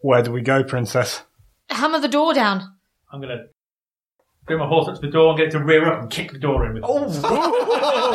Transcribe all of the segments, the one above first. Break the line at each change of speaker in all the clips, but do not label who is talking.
Where do we go, Princess?
Hammer the door down.
I'm going to bring my horse up to the door and get it to rear up and kick the door in with Oh,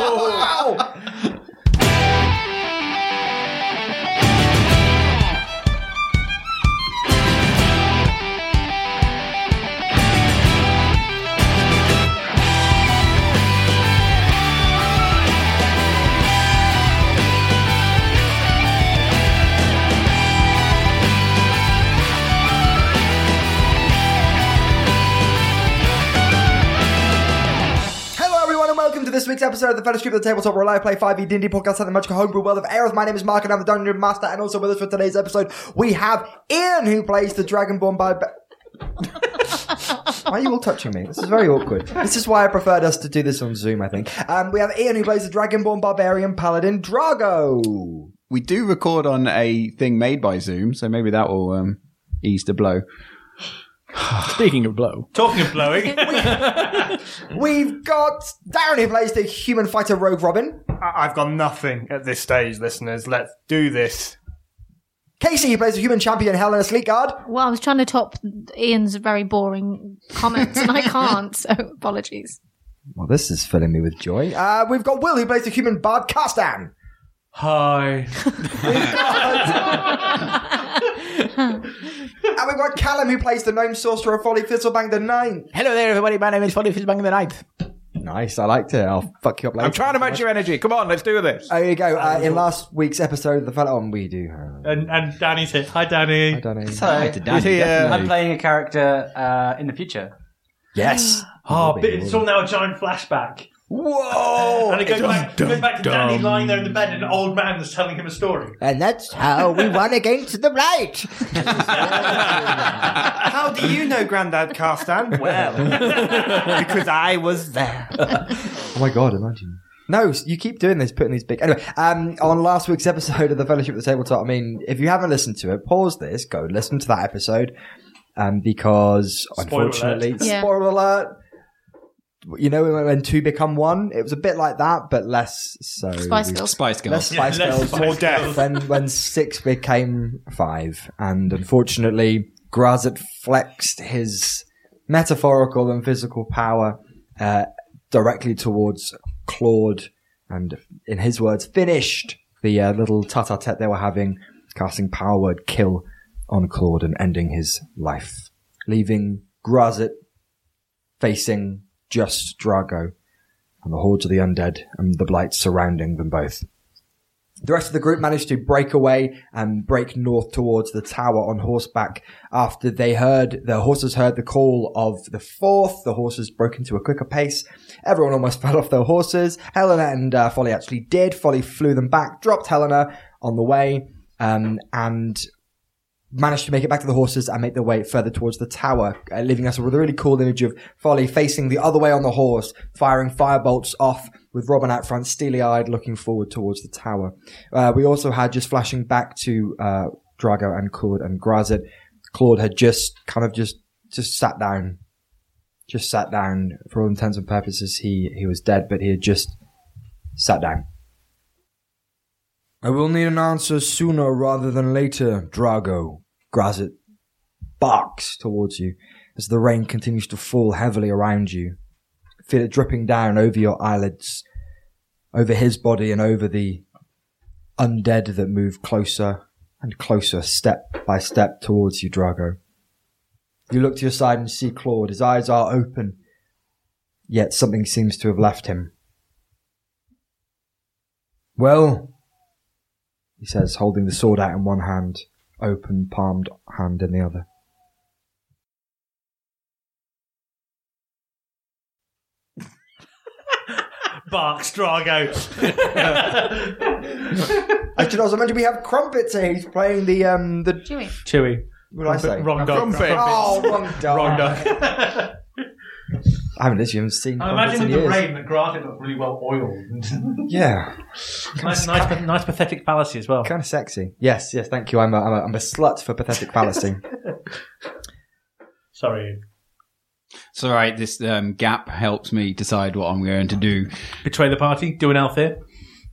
Hello, everyone, and welcome to this week's episode of the Fellowship of the Tabletop, where I play E 5e D&D podcast at the magical homebrew world of Aerith. My name is Mark, and I'm the Dungeon Master, and also with us for today's episode, we have Ian, who plays the Dragonborn by... Why are you all touching me? This is very awkward. This is why I preferred us to do this on Zoom, I think. Um, we have Ian, who plays the Dragonborn Barbarian Paladin Drago.
We do record on a thing made by Zoom, so maybe that will um, ease the blow.
Speaking of blow,
talking of blowing.
We've got Darren, who plays the human fighter Rogue Robin.
I- I've got nothing at this stage, listeners. Let's do this.
Casey, who plays the human champion Helena Sleekguard.
Well, I was trying to top Ian's very boring comments, and I can't, so apologies.
Well, this is filling me with joy. Uh, we've got Will, who plays the human bard Castan.
Hi.
And we've got Callum, who plays the gnome sorcerer Folly Thistlebank the Ninth.
hello there, everybody. My name is Folly Fizzbang the Ninth.
Nice, I liked it. I'll fuck you up later.
I'm trying to match your energy. Come on, let's do this.
Oh, here you go. Uh, in last week's episode of the fellow, on we do. uh,
And, and Danny's here. Hi, Danny.
I don't know.
So,
Is he, uh,
I'm playing a character uh, in the future.
Yes.
Oh, but it's all now a giant flashback. Whoa! And it goes back, goes back to Danny lying there in the bed, and an old man was telling him a story.
And that's how we won against the right.
How do you know Grandad Castan? Well, because I was there.
Oh my god, imagine. No, s- you keep doing this, putting these big. Anyway, um, on last week's episode of the Fellowship of the Tabletop, I mean, if you haven't listened to it, pause this, go listen to that episode, um, because
Spoiler
unfortunately,
alert.
Yeah.
spoiler alert. You know when- when two become one, it was a bit like that, but less so.
Spice
we-
Girls.
Spice Girls.
Less Spice
Yeah, less
Girls,
Spice
More death.
Girls.
then when six became five, and unfortunately, Grazit flexed his metaphorical and physical power uh, directly towards Claude, and in his words, finished the uh, little tete-a-tete they were having, casting power word kill on Claude and ending his life, leaving Grazit facing just Drago and the hordes of the undead and the blight surrounding them both. The rest of the group managed to break away and break north towards the tower on horseback after they heard, the horses heard the call of the fourth. The horses broke into a quicker pace. Everyone almost fell off their horses. Helena and uh, Folly actually did. Folly flew them back, dropped Helena on the way, um, and managed to make it back to the horses and make their way further towards the tower, uh, leaving us with a really cool image of Folly facing the other way on the horse, firing firebolts off with Robin out front, steely-eyed, looking forward towards the tower. Uh, we also had just flashing back to uh, Drago and Claude and Grazit. Claude had just kind of just just sat down, just sat down for all intents and purposes. He he was dead, but he had just sat down. I will need an answer sooner rather than later, Drago. Grazit barks towards you as the rain continues to fall heavily around you. Feel it dripping down over your eyelids, over his body, and over the undead that move closer and closer, step by step, towards you, Drago. You look to your side and see Claude. His eyes are open, yet something seems to have left him. Well, he says, holding the sword out in one hand, open palmed hand in the other.
Barks Drago.
I should also mention we have Crumpets here. He's playing the um the
Chewy.
Chewy.
what did I say?
Wrong dog.
Crumpet.
Oh, wrong dog.
Wrong dog.
I haven't literally haven't seen.
I imagine with
Crumpets in
the
years.
rain, the grass looked really well oiled.
Yeah,
nice, nice, nice pathetic fallacy as well.
kind of sexy. Yes, yes. Thank you. I'm a, I'm a, I'm a slut for pathetic fallacy.
Sorry.
It's all right. This um, gap helps me decide what I'm going to do.
Betray the party. Do an Althea.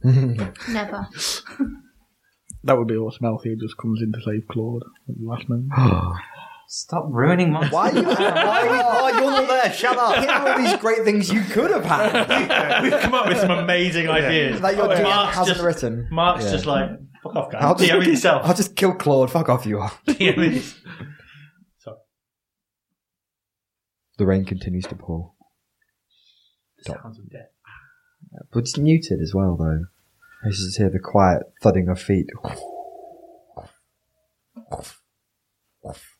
Never.
That would be awesome. Althea just comes in to save Claude at the last moment.
Stop ruining my.
Why are you? Why, why you're not there? Shut up! Here are all these great things you could have had
We've come up with some amazing ideas.
that your
Oh, Mark's
DM hasn't
just,
written.
Mark's
Yeah.
just like, fuck off, guys.
I'll just-
DM it yourself.
I'll just kill Claude. Fuck off, you are.
DM it. yourself.
The rain continues to pour,
Sounds of death.
but it's muted as well, though. I just hear the quiet thudding of feet.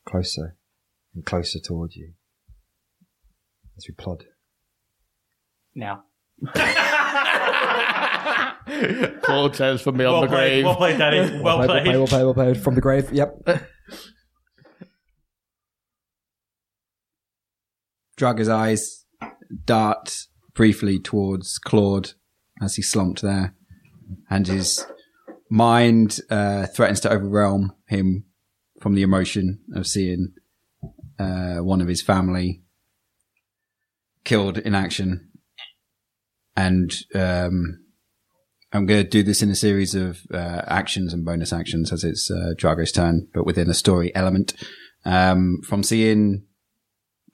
Closer and closer toward you as we plod.
Now.
Claude says from beyond
Well
the
played,
grave.
well played, Danny. Well
Well played, well
played.
played, well played. From the grave. Yep.
Draga's eyes dart briefly towards Claude as he slumped there, and his mind uh, threatens to overwhelm him from the emotion of seeing uh, one of his family killed in action. And um, I'm going to do this in a series of uh, actions and bonus actions as it's uh, Drago's turn, but within a story element. Um, from seeing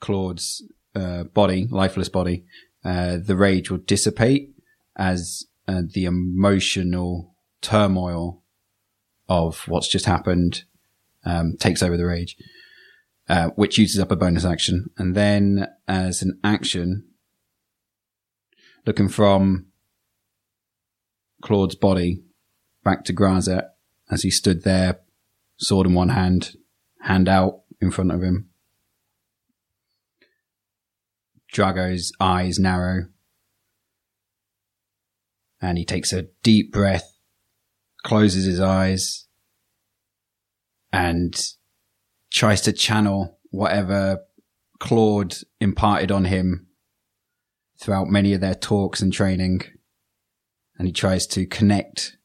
Claude's uh, body, lifeless body, uh, the rage will dissipate as uh, the emotional turmoil of what's just happened um, takes over the rage, uh, which uses up a bonus action. And then as an action, looking from Claude's body back to Grazet as he stood there, sword in one hand, hand out in front of him. Drago's eyes narrow. And he takes a deep breath, closes his eyes, and tries to channel whatever Claude imparted on him throughout many of their talks and training. And he tries to connect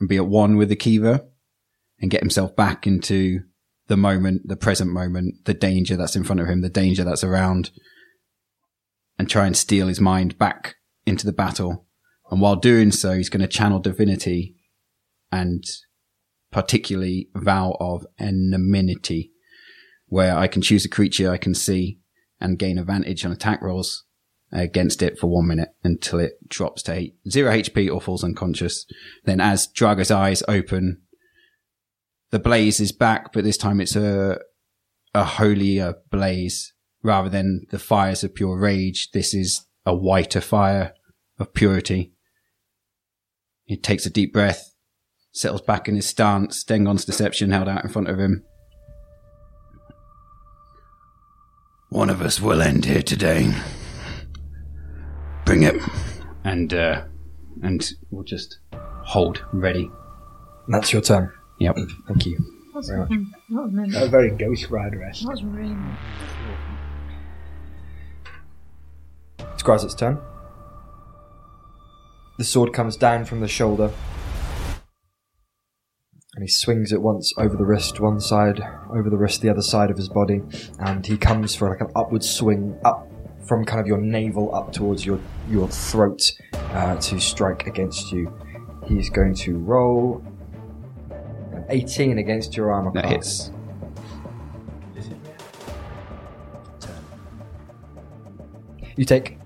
and be at one with Akiva and get himself back into the moment, the present moment, the danger that's in front of him, the danger that's around and try and steal his mind back into the battle. And while doing so, he's going to channel divinity and particularly vow of enmity, where I can choose a creature I can see and gain advantage on attack rolls against it for one minute until it drops to eight, zero HP or falls unconscious. Then as Draga's eyes open, the blaze is back, but this time it's a, a holier blaze rather than the fires of pure rage. This is a whiter fire of purity. He takes a deep breath, settles back in his stance, Dengon's deception held out in front of him. One of us will end here today. Bring it. And, uh, and we'll just hold ready.
That's your turn.
Yep.
Thank you.
That's fucking- that was nice.
A very Ghost Rider esque.
That was really nice.
It's Grazet's turn. The sword comes down from the shoulder. And he swings it once over the wrist, one side, over the wrist, the other side of his body. And he comes for like an upward swing, up from kind of your navel up towards your, your throat uh, to strike against you. He's going to roll an 18 against your armor
That
class.
hits.
You take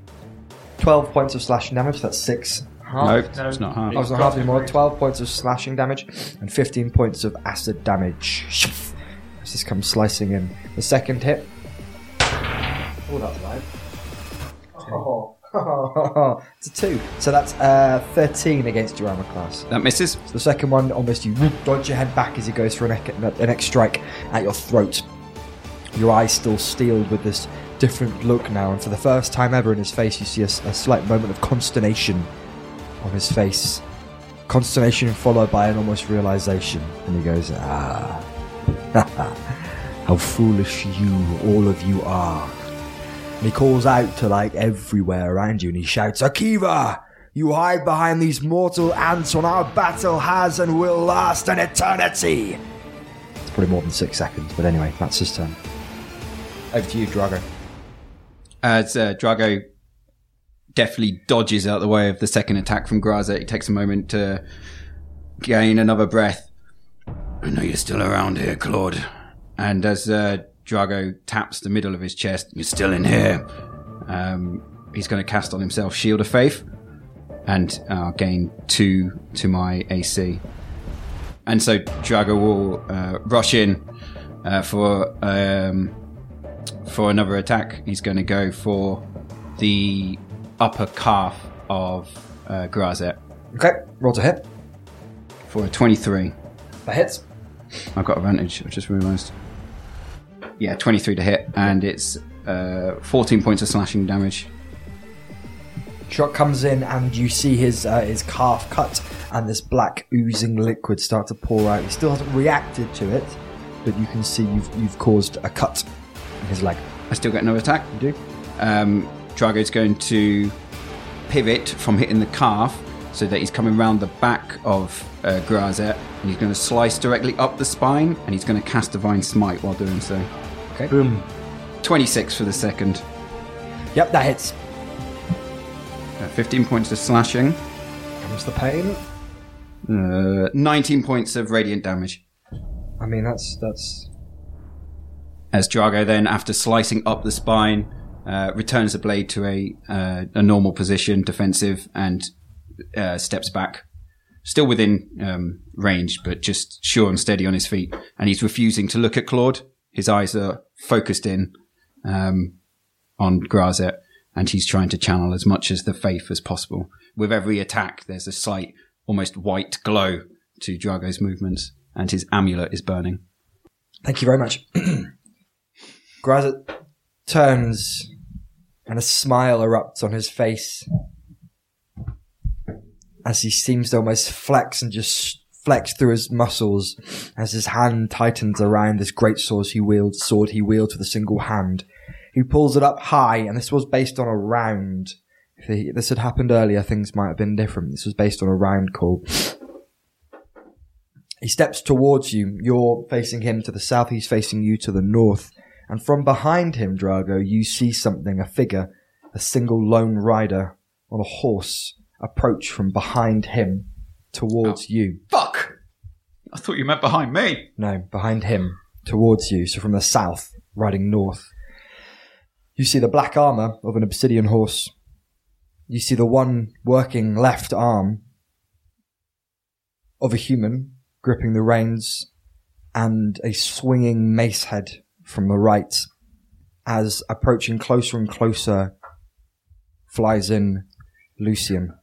12 points of slashing damage, that's 6. Half.
Nope, it's not Oh,
I
hard.
was not half anymore. 12 points of slashing damage and 15 points of acid damage. As this comes slicing in. The second hit. Oh, that's live. Oh. it's a 2. So that's uh, 13 against your armor class.
That misses.
The second one, almost you dodge your head back as he goes for an, ec- an next strike at your throat. Your eyes still steeled with this different look now, and for the first time ever in his face, you see a, s- a slight moment of consternation on his face. Consternation followed by an almost realization, and he goes, "Ah, how foolish you, all of you are!" And he calls out to like everywhere around you and he shouts, Akiva! You hide behind these mortal ants when our battle has and will last an eternity! It's probably more than six seconds, but anyway, that's his turn. Over to you, Drago.
As uh, Drago deftly dodges out the way of the second attack from Graza, he takes a moment to gain another breath I know you're still around here, Claude. And as uh, Drago taps the middle of his chest, you're still in here. Um, he's going to cast on himself Shield of Faith and uh, gain two to my AC. And so Drago will uh, rush in uh, for um, for another attack. He's going to go for the upper calf of uh, Grazet
Okay, roll to hit.
for a 23.
That hits.
I've got advantage. I just realised. Yeah, 23 to hit, and it's uh, 14 points of slashing damage.
Shot comes in, and you see his uh, his calf cut, and this black oozing liquid start to pour out. He still hasn't reacted to it, but you can see you've you've caused a cut in his leg.
I still get another attack. You do. Um, Drago's going to pivot from hitting the calf so that he's coming round the back of uh, Grazet, and he's going to slice directly up the spine, and he's going to cast Divine Smite while doing so.
Okay.
Boom. 26 for the second.
Yep, that hits.
Uh, 15 points of slashing.
Comes the pain.
Uh, 19 points of radiant damage.
I mean, that's that's
as Drago then, after slicing up the spine, uh, returns the blade to a uh, a normal position, defensive, and uh, steps back, still within um, range, but just sure and steady on his feet. And he's refusing to look at Claude. His eyes are focused in um, on Grazet, and he's trying to channel as much as the faith as possible. With every attack, there's a slight, almost white glow to Drago's movements, and his amulet is burning.
Thank you very much. Grazit turns and a smile erupts on his face as he seems to almost flex and just flex through his muscles as his hand tightens around this great sword he wields, sword he wields with a single hand. He pulls it up high, and this was based on a round. If he- this had happened earlier, things might have been different. This was based on a round call. He steps towards you. You're facing him to the south, he's facing you to the north. And from behind him, Drago, you see something, a figure, a single lone rider on a horse approach from behind him towards you.
Fuck! I thought you meant behind me.
No, behind him, towards you, so from the south, riding north. You see the black armour of an obsidian horse. You see the one working left arm of a human gripping the reins and a swinging mace head from the right as approaching closer and closer flies in Lucian.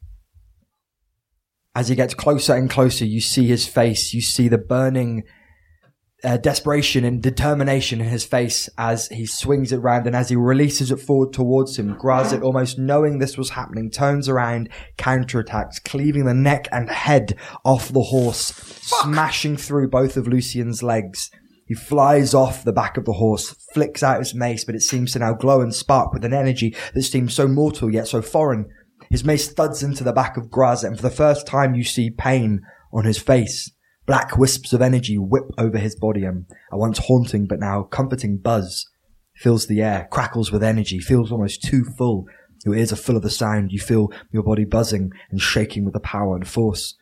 As he gets closer and closer, you see his face, you see the burning uh, desperation and determination in his face as he swings it round and as he releases it forward towards him. Grazit, almost knowing this was happening, turns around, counterattacks, cleaving the neck and head off the horse, smashing through both of Lucian's legs. He flies off the back of the horse, flicks out his mace, but it seems to now glow and spark with an energy that seems so mortal yet so foreign. His mace thuds into the back of Grazit, and for the first time you see pain on his face. Black wisps of energy whip over his body, and a once haunting but now comforting buzz fills the air, crackles with energy, feels almost too full. Your ears are full of the sound. You feel your body buzzing and shaking with the power and force.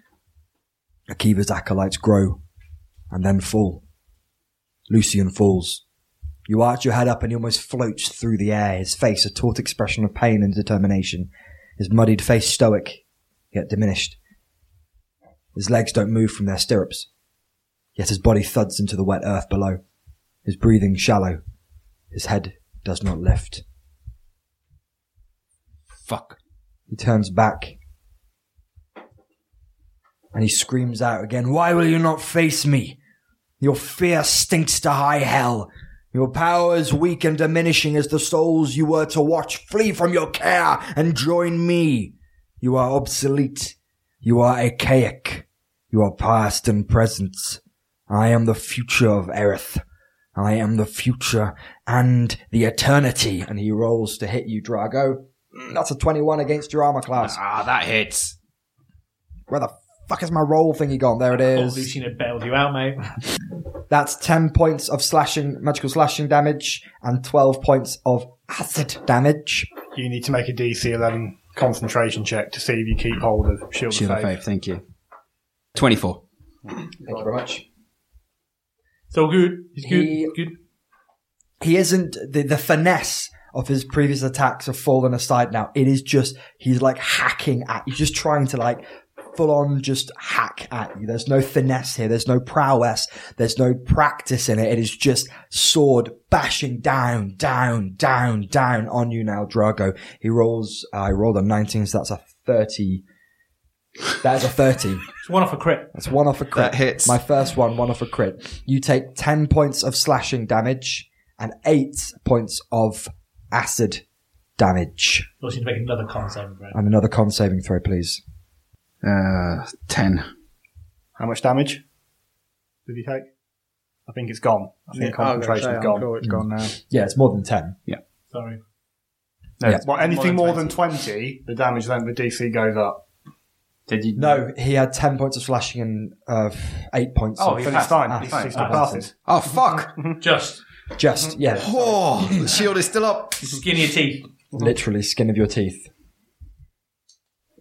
Akiva's acolytes grow and then fall. Lucian falls. You arch your head up and he almost floats through the air, his face a taut expression of pain and determination, his muddied face stoic, yet diminished. His legs don't move from their stirrups, yet his body thuds into the wet earth below, his breathing shallow, his head does not lift.
Fuck.
He turns back and he screams out again, Why will you not face me? Your fear stinks to high hell. Your power is weak and diminishing as the souls you were to watch flee from your care and join me. You are obsolete. You are archaic. You are past and present. I am the future of Erith. I am the future and the eternity. And he rolls to hit you, Drago. Mm, That's a 21 against your armor class.
Ah, that hits.
Where the fuck is my roll thingy gone? There it
Oh,
is.
Lucina bailed you out, mate.
That's 10 points of slashing, magical slashing damage and 12 points of acid damage.
You need to make a DC 11 concentration check to see if you keep hold of Shield,
Shield
of
of
Faith.
Faith, thank you. 24.
Thank you very much.
It's all good. He's good.
He-
good.
he isn't the, the finesse of his previous attacks have fallen aside now. It is just he's like hacking at he's just trying to like full on just hack at you. There's no finesse here, there's no prowess, there's no practice in it. It is just sword bashing down, down, down, down on you now, Drago. He rolls I rolled a nineteen, so that's a thirty. That's a thirty.
It's one off a crit.
That's one off a crit.
That hits.
My first one, one off a crit. You take 10 points of slashing damage and 8 points of acid damage.
You'll need to make another con saving throw.
And another con saving throw, please.
Uh, 10.
How much damage did he take? I think it's gone. I think concentration's gone.
It's gone Mm. now.
Yeah, it's more than 10.
Sorry.
No,
Yeah.
well, anything more than 20, the damage then the DC goes up.
Did you?
No, he had 10 points of slashing and uh, 8 points
Oh,
of
he
But it's
passed.
fine.
Ah,
It's,
fine.
it's still passes.
Oh, fuck!
Just
just, yeah,
Oh, the shield is still up.
skin your teeth.
literally skin of your teeth.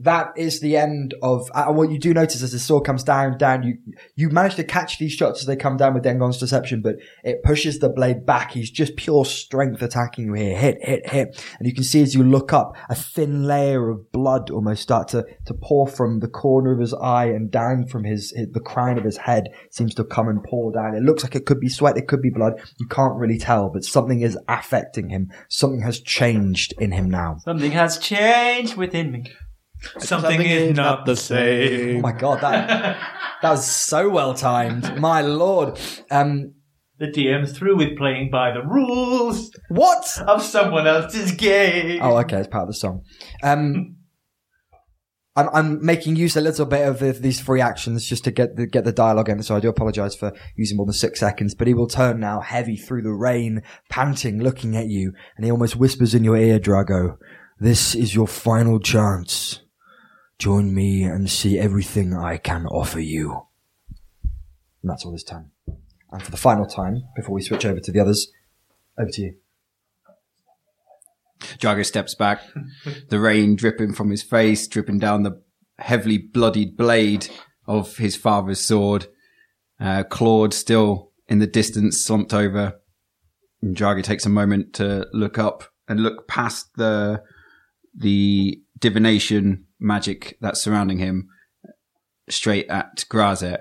That is the end of. And what you do notice as the sword comes down, down, you you manage to catch these shots as they come down with Dengon's deception, but it pushes the blade back. He's just pure strength attacking you here. Hit, hit, hit. And you can see as you look up, a thin layer of blood almost start to, to pour from the corner of his eye and down from his, his- the crown of his head seems to come and pour down. It looks like it could be sweat, it could be blood. You can't really tell, but something is affecting him. Something has changed in him now.
Something has changed within me.
Something, is not the
Oh
same.
my god, that that was so well timed. My lord. Um
The DM's through with playing by the rules
what?
of someone else's game.
Oh, okay, it's part of the song. Um, I'm, I'm making use a little bit of the, these free actions just to get the, get the dialogue in. So I do apologise for using more than six seconds. But he will turn now, heavy through the rain, panting, looking at you, and he almost whispers in your ear, Drago, "This is your final chance. Join me and see everything I can offer you." And that's all this time. And for the final time, before we switch over to the others, over to you.
Drago steps back, the rain dripping from his face, dripping down the heavily bloodied blade of his father's sword. Uh, Claude still in the distance, slumped over. And Drago takes a moment to look up and look past the the divination magic that's surrounding him, straight at Grazet.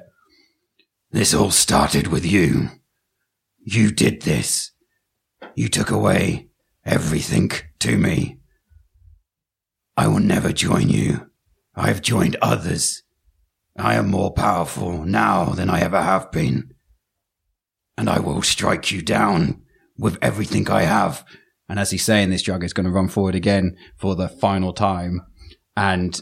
This all started with you. You did this. You took away everything to me. I will never join you. I have joined others. I am more powerful now than I ever have been. And I will strike you down with everything I have. And as he's saying this, Drago is going to run forward again for the final time and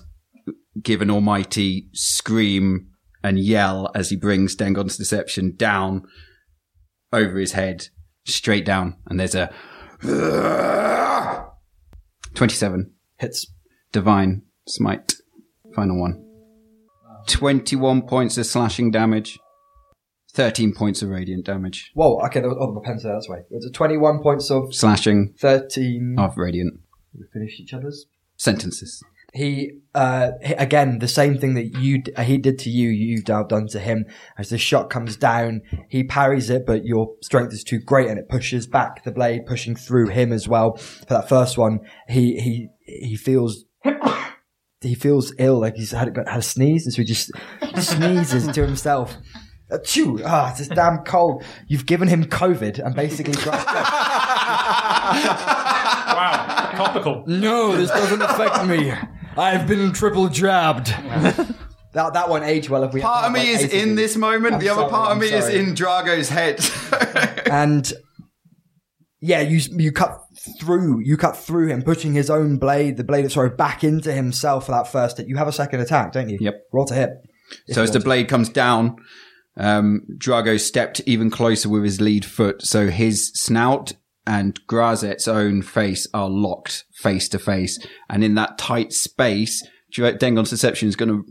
give an almighty scream and yell as he brings Dengon's deception down over his head, straight down. And there's a 27. Hits. Divine. Smite. Final one. 21 points of slashing damage. 13 points of radiant damage.
Whoa, okay, there was, oh, my pen's there, that's right. It's 21 points of
Slashing
13.
of radiant.
We finish each other's.
Sentences.
He, uh, he- again, the same thing that you d- he did to you, you've now done to him. As the shot comes down, he parries it, but your strength is too great and it pushes back the blade, pushing through him as well. For that first one, he, he, he feels. He feels ill, like he's had, got, had a sneeze, and so he just sneezes to himself. Achoo! Ah, it's damn cold. You've given him COVID and basically.
Wow. Topical.
No, this doesn't affect me. I've been triple jabbed. that that won't age well if we.
Part
have,
of me
like,
is
eight of
in
these.
this moment,
I'm
the other
sorry,
part of
I'm
me is
sorry.
in Drago's head.
and yeah, you you cut through, you cut through him, putting his own blade, the blade of sorrow, back into himself for that first hit. You have a second attack, don't you?
Yep.
Roll to hit.
So as the blade comes down, um, Drago stepped even closer with his lead foot. So his snout and Grazet's own face are locked face to face. And in that tight space, Dra- Dengon's deception is going to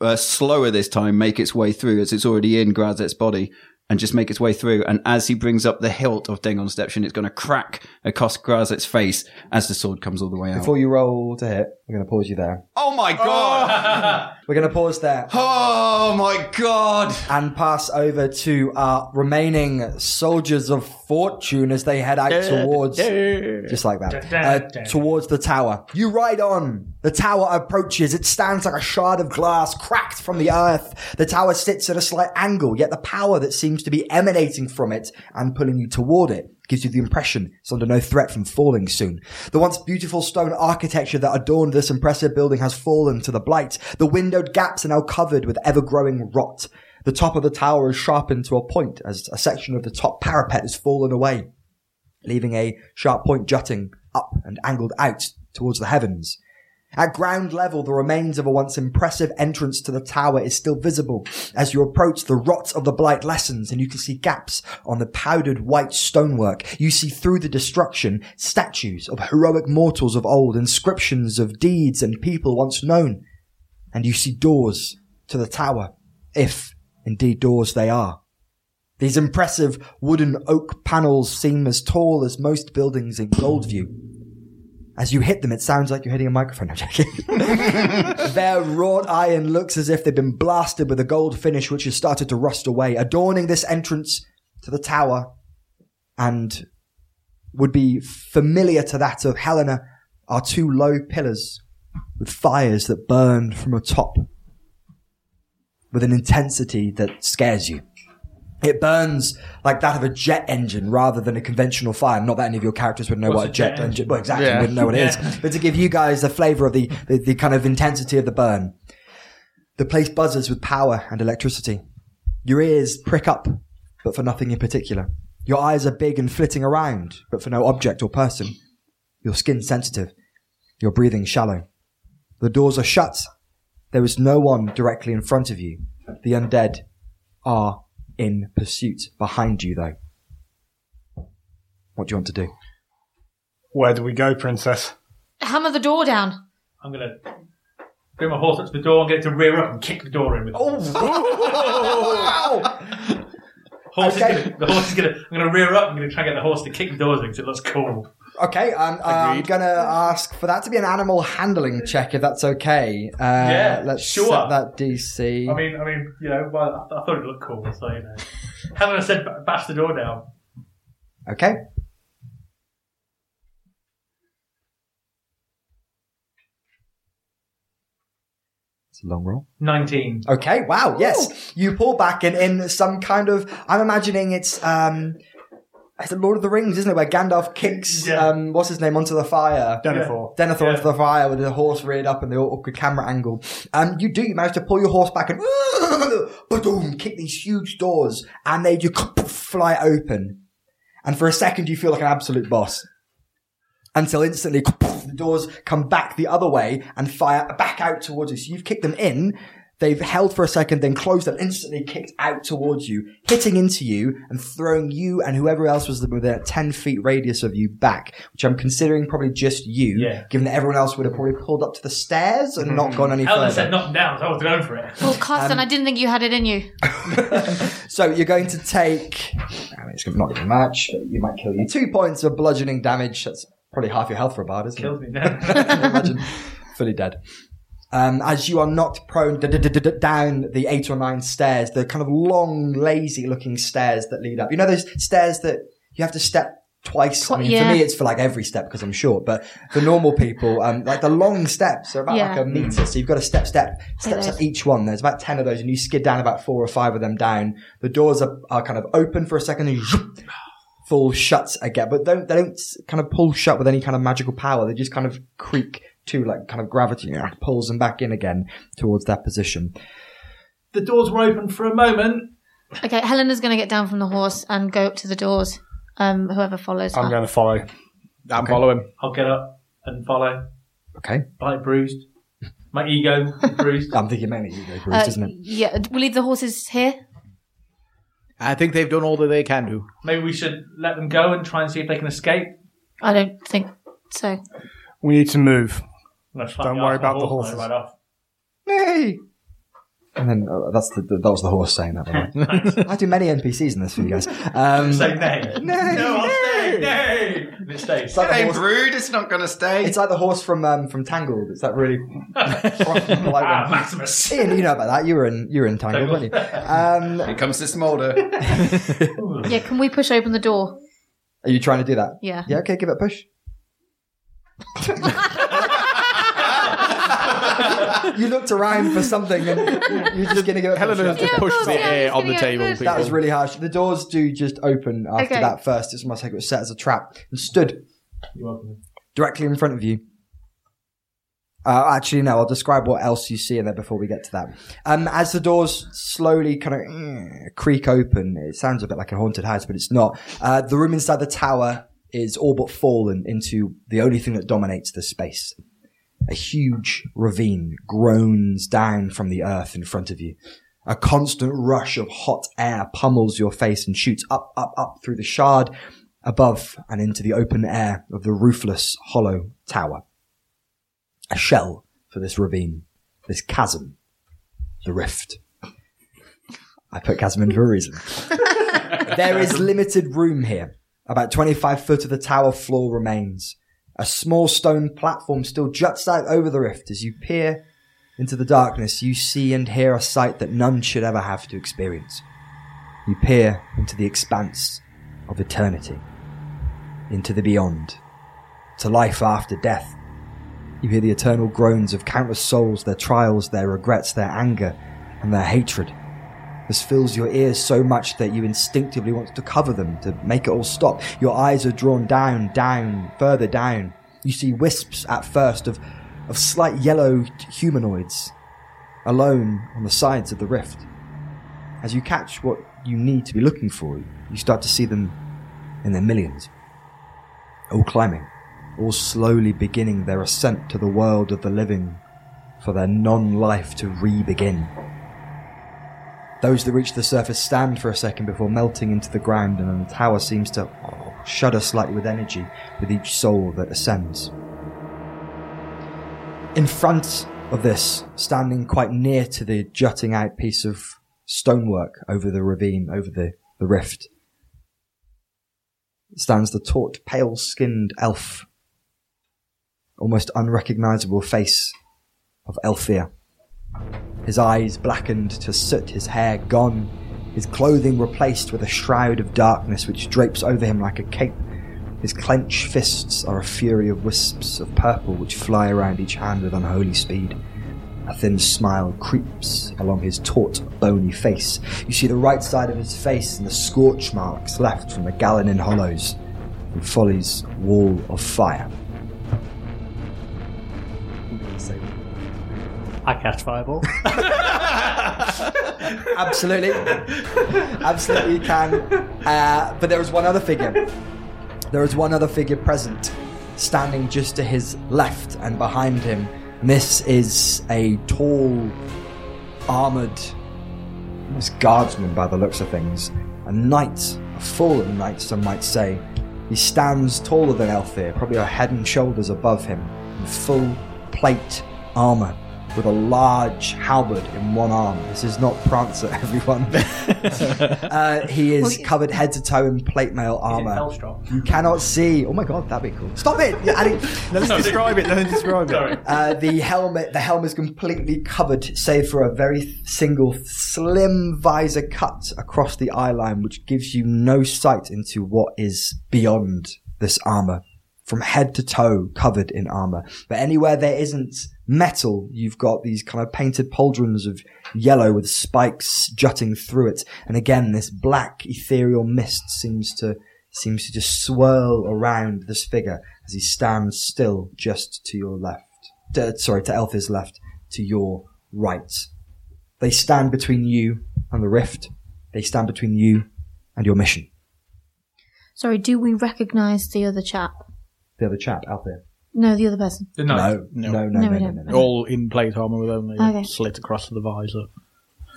uh, slower this time, make its way through as it's already in Grazet's body. and just make its way through. And as he brings up the hilt of Dagon's Deception, it's going to crack across Grazet's face as the sword comes all the way out.
Before you roll to hit, we're going to pause you there.
oh my god!
We're going to pause there
Oh, my god!
and pass over to our remaining soldiers of fortune as they head out towards, just like that, uh, towards the tower. You ride on. The tower approaches. It stands like a shard of glass cracked from the earth. The tower sits at a slight angle, yet the power that seems to be emanating from it and pulling you toward it gives you the impression it's under no threat from falling soon. The once beautiful stone architecture that adorned this impressive building has fallen to the blight. The windowed gaps are now covered with ever-growing rot. The top of the tower is sharpened to a point as a section of the top parapet has fallen away, leaving a sharp point jutting up and angled out towards the heavens. At ground level, the remains of a once impressive entrance to the tower is still visible. As you approach, the rot of the blight lessens and you can see gaps on the powdered white stonework. You see through the destruction statues of heroic mortals of old, inscriptions of deeds and people once known. And you see doors to the tower, if indeed doors they are. These impressive wooden oak panels seem as tall as most buildings in Goldview. As you hit them, it sounds like you're hitting a microphone. I'm joking. Their wrought iron looks as if they've been blasted with a gold finish, which has started to rust away, adorning this entrance to the tower and would be familiar to that of Helena are two low pillars with fires that burn from atop with an intensity that scares you. It burns like that of a jet engine rather than a conventional fire. Not that any of your characters would know what a jet, engine, well, exactly,
Yeah.
wouldn't know what it is. But to give you guys the flavor of the, the, the kind of intensity of the burn, the place buzzes with power and electricity. Your ears prick up, but for nothing in particular. Your eyes are big and flitting around, but for no object or person. Your skin sensitive. Your breathing shallow. The doors are shut. There is no one directly in front of you. The undead are in pursuit behind you, though. What do you want to do?
Where do we go, princess?
Hammer the door down.
I'm gonna bring my horse up to the door and get it to rear up and kick the door in with. Oh,
Oh,
horse
Okay.
is gonna, the horse is gonna. I'm gonna rear up. I'm gonna try and get the horse to kick the doors in because it looks cool.
Okay, I'm, uh, I'm
Agreed.
gonna ask for that to be an animal handling check, if that's okay. Uh,
Yeah,
let's
sure.
set that DC.
I mean, I mean, you know, well, I, I thought it looked cool, so you know. Helena said, "Ba- "Bash the door down."
okay. It's a long roll.
Nineteen.
Okay, wow, yes. You pull back and in some kind of I'm imagining it's um it's the Lord of the Rings, isn't it? Where Gandalf kicks
Yeah.
um what's his name onto the fire.
Denethor.
Denethor
Yeah.
onto the fire with the horse reared up and the awkward camera angle. Um you do, you manage to pull your horse back and boom, kick these huge doors and they just fly open. And for a second you feel like an absolute boss. Until instantly the doors come back the other way and fire back out towards you. So you've kicked them in, They've held for a second, then closed and instantly kicked out towards you, hitting into you and throwing you and whoever else was within a 10 feet radius of you back, which I'm considering probably just you,
Yeah.
given that everyone else would have probably pulled up to the stairs and not gone any
Helena
further.
said, "Knock 'em down." So I was going for it.
Oh, Carson, I didn't think you had it in you.
So you're going to take, I mean, it's not going to match, but you might kill you. Two points of bludgeoning damage. That's probably half your health for a bard, isn't it?
Kills me now.
Imagine fully dead. Um, as you are knocked prone d- d- d- d- down the eight or nine stairs, the kind of long, lazy-looking stairs that lead up. You know those stairs that you have to step twice. I
Twi-
mean,
yeah.
for me, it's for like every step because I'm short. But for normal people, um, like the long steps are about
Yeah.
like a meter, so you've got to step, step, steps
those.
up each one. There's about ten of those, and you skid down about four or five of them down. The doors are, are kind of open for a second, and you full shuts again, but don't they don't s- kind of pull shut with any kind of magical power. They just kind of creak to like kind of gravity pulls them back in again towards their position.
the doors were open for a moment.
Okay, Helena's going to get down from the horse and go up to the doors. Um, whoever follows.
I'm
her.
going to follow.
I'm following.
I'll get up and follow.
Okay,
Bite bruised. My ego bruised.
I'm thinking mainly ego Bruce,
Uh,
isn't it?
Yeah, we leave the horses here.
I think they've done all that they can do.
Maybe we should let them go and try and see if they can escape.
I don't think so.
We need to move.
I'm gonna slap
Don't
you
worry
off my
about the
horse
horses.
Right off.
Hey, And then uh, that's the, the, that was the horse saying that. By the way. I do many NPCs in this for you guys. Um,
Say nay.
Nay,
No, I'll stay. Nay. And it stays.
it's like the
Hey,
horse,
brood, it's not gonna stay.
it's like the horse from um, from Tangled. It's that really polite
Ah,
one.
Maximus.
Ian, you know about that. You were in you were in Tangled, weren't you? Um,
Here comes the smolder.
Yeah, can we push open the door?
are you trying to do that?
Yeah.
Yeah. Okay. Give it a push. you looked around for something, and you're just going to give it. a
Helena has
push.
just
Yeah, of
pushed
course,
the
yeah,
air
it's
on the
gonna go
table.
good.
That
people.
was really harsh. The doors do just open after
Okay.
that first. It's almost like it was set as a trap and stood directly in front of you. Uh, actually, no, I'll describe what else you see in there before we get to that. Um, as the doors slowly kind of mm, creak open, it sounds a bit like a haunted house, but it's not. Uh, the room inside the tower is all but fallen into the only thing that dominates the space. A huge ravine groans down from the earth in front of you. A constant rush of hot air pummels your face and shoots up, up, up through the shard above and into the open air of the roofless, hollow tower. A shell for this ravine, this chasm, the rift. I put chasm in for a reason. there is limited room here. About 25 foot of the tower floor remains. A small stone platform still juts out over the rift as you peer into the darkness, you see and hear a sight that none should ever have to experience. You peer into the expanse of eternity, into the beyond, to life after death. You hear the eternal groans of countless souls, their trials, their regrets, their anger, and their hatred. This fills your ears so much that you instinctively want to cover them, to make it all stop. Your eyes are drawn down, down, further down. You see wisps at first of, of slight yellow humanoids alone on the sides of the rift. As you catch what you need to be looking for, you start to see them in their millions. All climbing, all slowly beginning their ascent to the world of the living for their non life to re begin. Those that reach the surface stand for a second before melting into the ground, and then the tower seems to oh, shudder slightly with energy with each soul that ascends. In front of this, standing quite near to the jutting out piece of stonework over the ravine, over the, the rift, stands the taut, pale skinned elf. Almost unrecognizable face of Elfia his eyes blackened to soot, his hair gone, his clothing replaced with a shroud of darkness which drapes over him like a cape. His clenched fists are a fury of wisps of purple which fly around each hand with unholy speed. A thin smile creeps along his taut, bony face. You see the right side of his face and the scorch marks left from the Galanin hollows and Folly's wall of fire.
I cast fireball.
Absolutely. Absolutely you can. Uh, but there was one other figure. There was one other figure present, standing just to his left and behind him. And this is a tall, armoured, almost guardsman by the looks of things. A knight, a fallen knight, some might say. He stands taller than Elthir, probably a head and shoulders above him, in full plate armour, with a large halberd in one arm. This is not Prancer, everyone. uh, he is covered head to toe in plate mail armour. You cannot see. Oh my god, that'd be cool. Stop it! Yeah, Annie.
Let's describe it. Let's describe it.
Sorry.
Uh, the helmet, the helm is completely covered, save for a very single slim visor cut across the eye line, which gives you no sight into what is beyond this armor, from head to toe covered in armor. But anywhere there isn't metal, you've got these kind of painted pauldrons of yellow with spikes jutting through it, and again this black ethereal mist seems to seems to just swirl around this figure as he stands still just to your left. To, sorry, to Elf's left, to your right. They stand between you and the rift. They stand between you and your mission.
Sorry, do we recognise the other chap?
The other chap out there.
No, the other person.
The knife.
no, no, no,
No,
no,
we
no, no,
don't.
no.
all in plate armor with only a
Okay.
slit across the visor.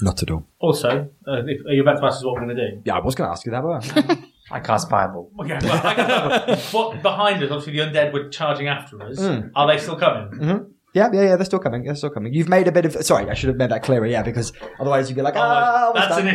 Not at all.
Also, uh, if, are you about to ask us what we're going to do?
Yeah, I was going to ask you that, but
I cast fireball.
Okay, well,
Hmm. Mm-hmm.
I can what, behind us, obviously the undead were charging after us. Are they still coming? Oh,
Yeah, yeah, yeah. They're still coming. They're still coming. You've made a bit of. Sorry, I should have made that clearer. Yeah, because otherwise you'd be like, ah, what's
Oh, That's
that?
an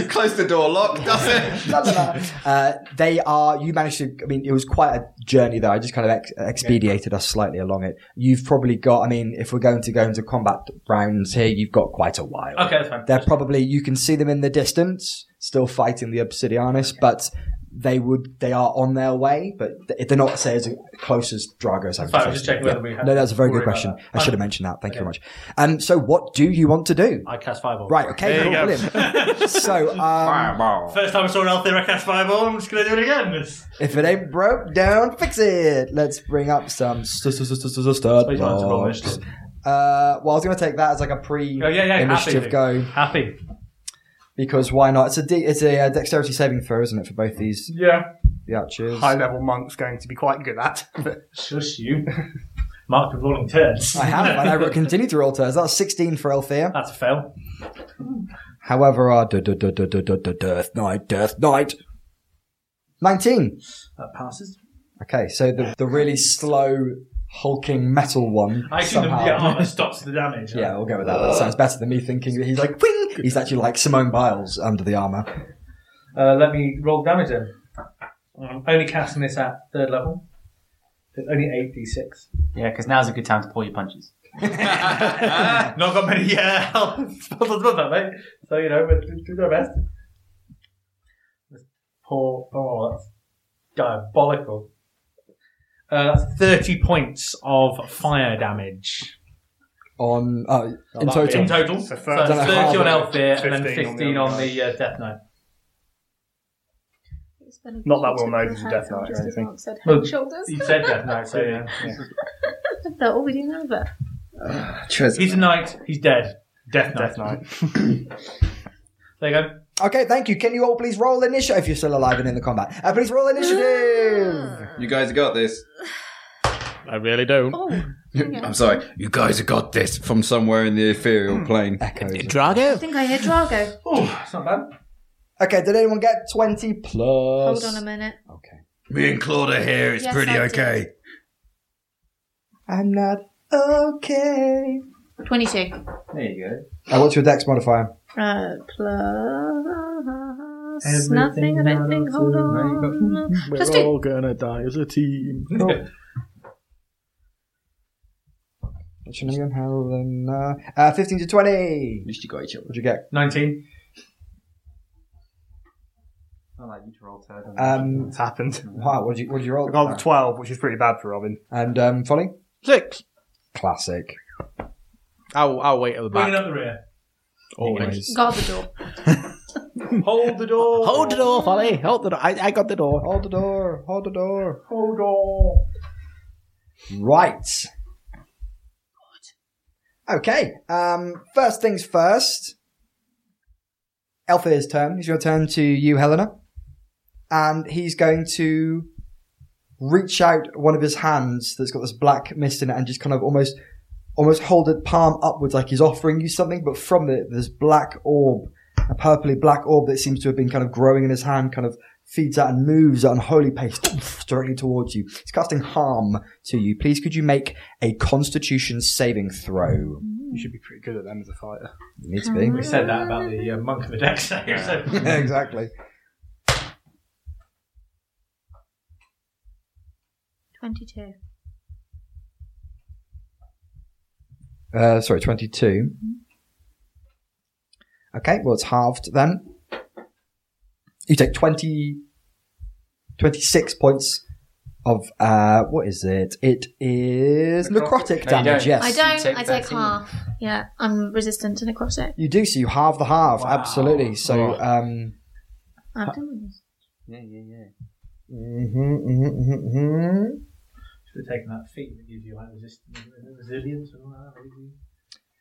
issue.
Close the door, lock, does it?
La, la, la. uh, they are. You managed to. I mean, it was quite a journey, though. I just kind of ex- expedited us slightly along it. You've probably got. I mean, if we're going to go into combat rounds here, you've got quite a while.
Okay, that's fine.
They're probably. You can see them in the distance, still fighting the Obsidianus, but they would. They are on their way, but th- they're not say as close as Drago's. That's
fine, I'm just checking whether we have
No, that's a very good
worry about
question.
that.
I should have mentioned that. Thank you very much. Um, so, what do you want to do?
I cast fireball.
Right. Okay.
There you
cool, brilliant. so, um,
First time I saw an Althir, I cast fireball. I'm just going to do it again. It's-
If it ain't broke, don't fix it. Let's bring up some st- st- st- st- st- stud
Please don't have to roll
blocks.
initiative.
Uh, well, I was going to take that as like a pre
Oh, yeah, yeah,
initiative
happy.
go
Happy.
because why not? It's a de- it's a uh, dexterity saving throw, isn't it, for both these
Yeah.
the archers?
High level monk's going to be quite good at.
Shush you. Mark with rolling turns.
I have, and I will continue to roll turns. That's sixteen for Elthea.
That's a fail.
However, our d- d- d- d- d- d- d- Death Knight, Death Knight, nineteen.
That passes.
Okay, so the the really slow hulking metal one
I assume
somehow.
the yeah, oh, armor stops the damage.
Yeah, we'll go with that. That sounds better than me thinking that he's like, Wing! he's actually like Simone Biles under the armor.
Uh, let me roll damage in. I'm only casting this at third level. It's only 8d6.
Yeah, because now's a good time to pull your punches.
Not got many uh, spells on top of that, mate. So, you know, but do do our best. This poor, oh, that's diabolical. Uh, that's 30 points of fire damage.
On uh, in
that'd be
total,
In total.
So
So,
first-
it's 30 on
half,
Elfir
15 on
and then
the
15
other
on the uh, Death Knight.
Not
Not that well known as a Death Knight or anything.
Said head
Well,
and shoulders.
You said Death Knight, so yeah.
That's all we do know, but
He's a knight, he's dead. Death Knight.
Death Knight.
There you go.
okay, thank you. Can you all please roll initiative if you're still alive and in the combat? Uh, please roll initiative.
You guys got this.
I really don't.
oh,
I'm sorry. You guys have got this from somewhere in the
Hmm.
ethereal plane.
Echoes.
I
Drago?
think I hear Drago.
Oh, it's not bad.
Okay, did anyone get twenty plus?
Hold on a minute.
Okay,
Me and Claude are here. It's
Yes,
pretty
I did.
okay.
I'm not okay.
Twenty-two.
There you go.
Uh, what's your dex modifier?
Uh, plus nothing. I don't think. Hold on.
We're
Plus two.
all gonna die as a team.
What's your name again? Helen, uh, uh, Fifteen to twenty.
At least you got each other.
What'd you get?
19.
I like you to roll third.
Um,
It's happened.
wow, what'd you what'd you roll?
I got 12, which is pretty bad for Robin.
And um, Folly.
Six.
Classic.
I'll, I'll wait at the
Bringing
back.
up the rear.
Always.
Guard the door.
Hold the door.
Hold the door, Polly. Hold the door. I, I got the door.
Hold the door. Hold the door.
Hold on.
Right. Okay. Um, first things first. Elfir's turn. It's your turn to you, Helena. And he's going to reach out one of his hands that's got this black mist in it and just kind of almost almost hold it palm upwards like he's offering you something, but from it this black orb, a purpley black orb that seems to have been kind of growing in his hand, kind of feeds out and moves at unholy pace directly towards you. It's casting harm to you. Please could you make a constitution saving throw?
You should be pretty good at them as a fighter.
You need to be.
We said that about the uh, monk of the deck slayer. So.
exactly.
Twenty-two.
Uh, sorry, 22. Okay, well, it's halved then. You take 20, 26 points of, uh, what is it? It is necrotic,
No,
damage,
you don't.
yes.
I don't.
take
I take
13.
half. Yeah, I'm resistant to necrotic.
You do, so you halve the half,
Wow.
absolutely. So, um,
I'm
Uh,
done with this.
Yeah, yeah, yeah.
mhm, mhm, mhm, mhm.
Should have taken that feat that gives you like resistance, resilience, and all that. Maybe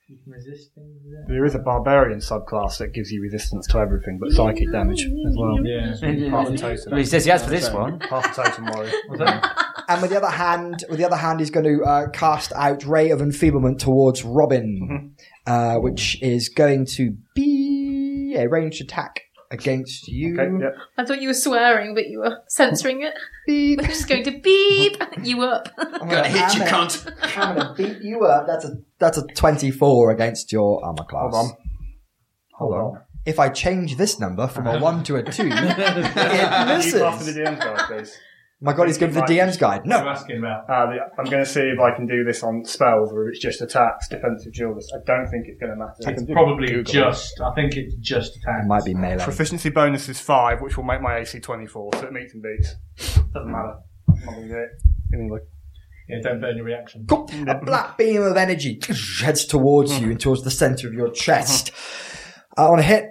you can resist things. Yeah.
There is a barbarian subclass that gives you resistance to everything, but psychic damage as well.
Yeah.
Half a totem.
Well, he says yes for this one.
Half a totem warrior.
Was that?
And with the other hand, with the other hand, he's going to uh, cast out Ray of Enfeeblement towards Robin, uh, which is going to be a ranged attack against you.
Okay, yeah.
I thought you were swearing, but you were censoring it. Beep. We're just going to beep you up.
I'm
Gonna hit you,
I'm gonna-
cunt.
I'm gonna beat you up. That's a that's a twenty-four against your armor class. Hold on, hold on. If I change this number from a one to a two, it
You pass the
misses.
DM's guide, please.
My god, he's good for the DM's guide.
I'm
No,
asking about.
Uh, the- I'm going to see if I can do this on spells, whether it's just attacks, defensive duels. I don't think it's going to matter.
It's probably just. I think it's just attack.
it might be melee.
Proficiency bonus is 5, which will make my AC 24, so it meets and beats. Doesn't matter. I'm not going to do it. I mean, like,
Yeah, don't burn your reaction.
Cool. A black beam of energy heads towards you and towards the center of your chest. Uh, on a hit,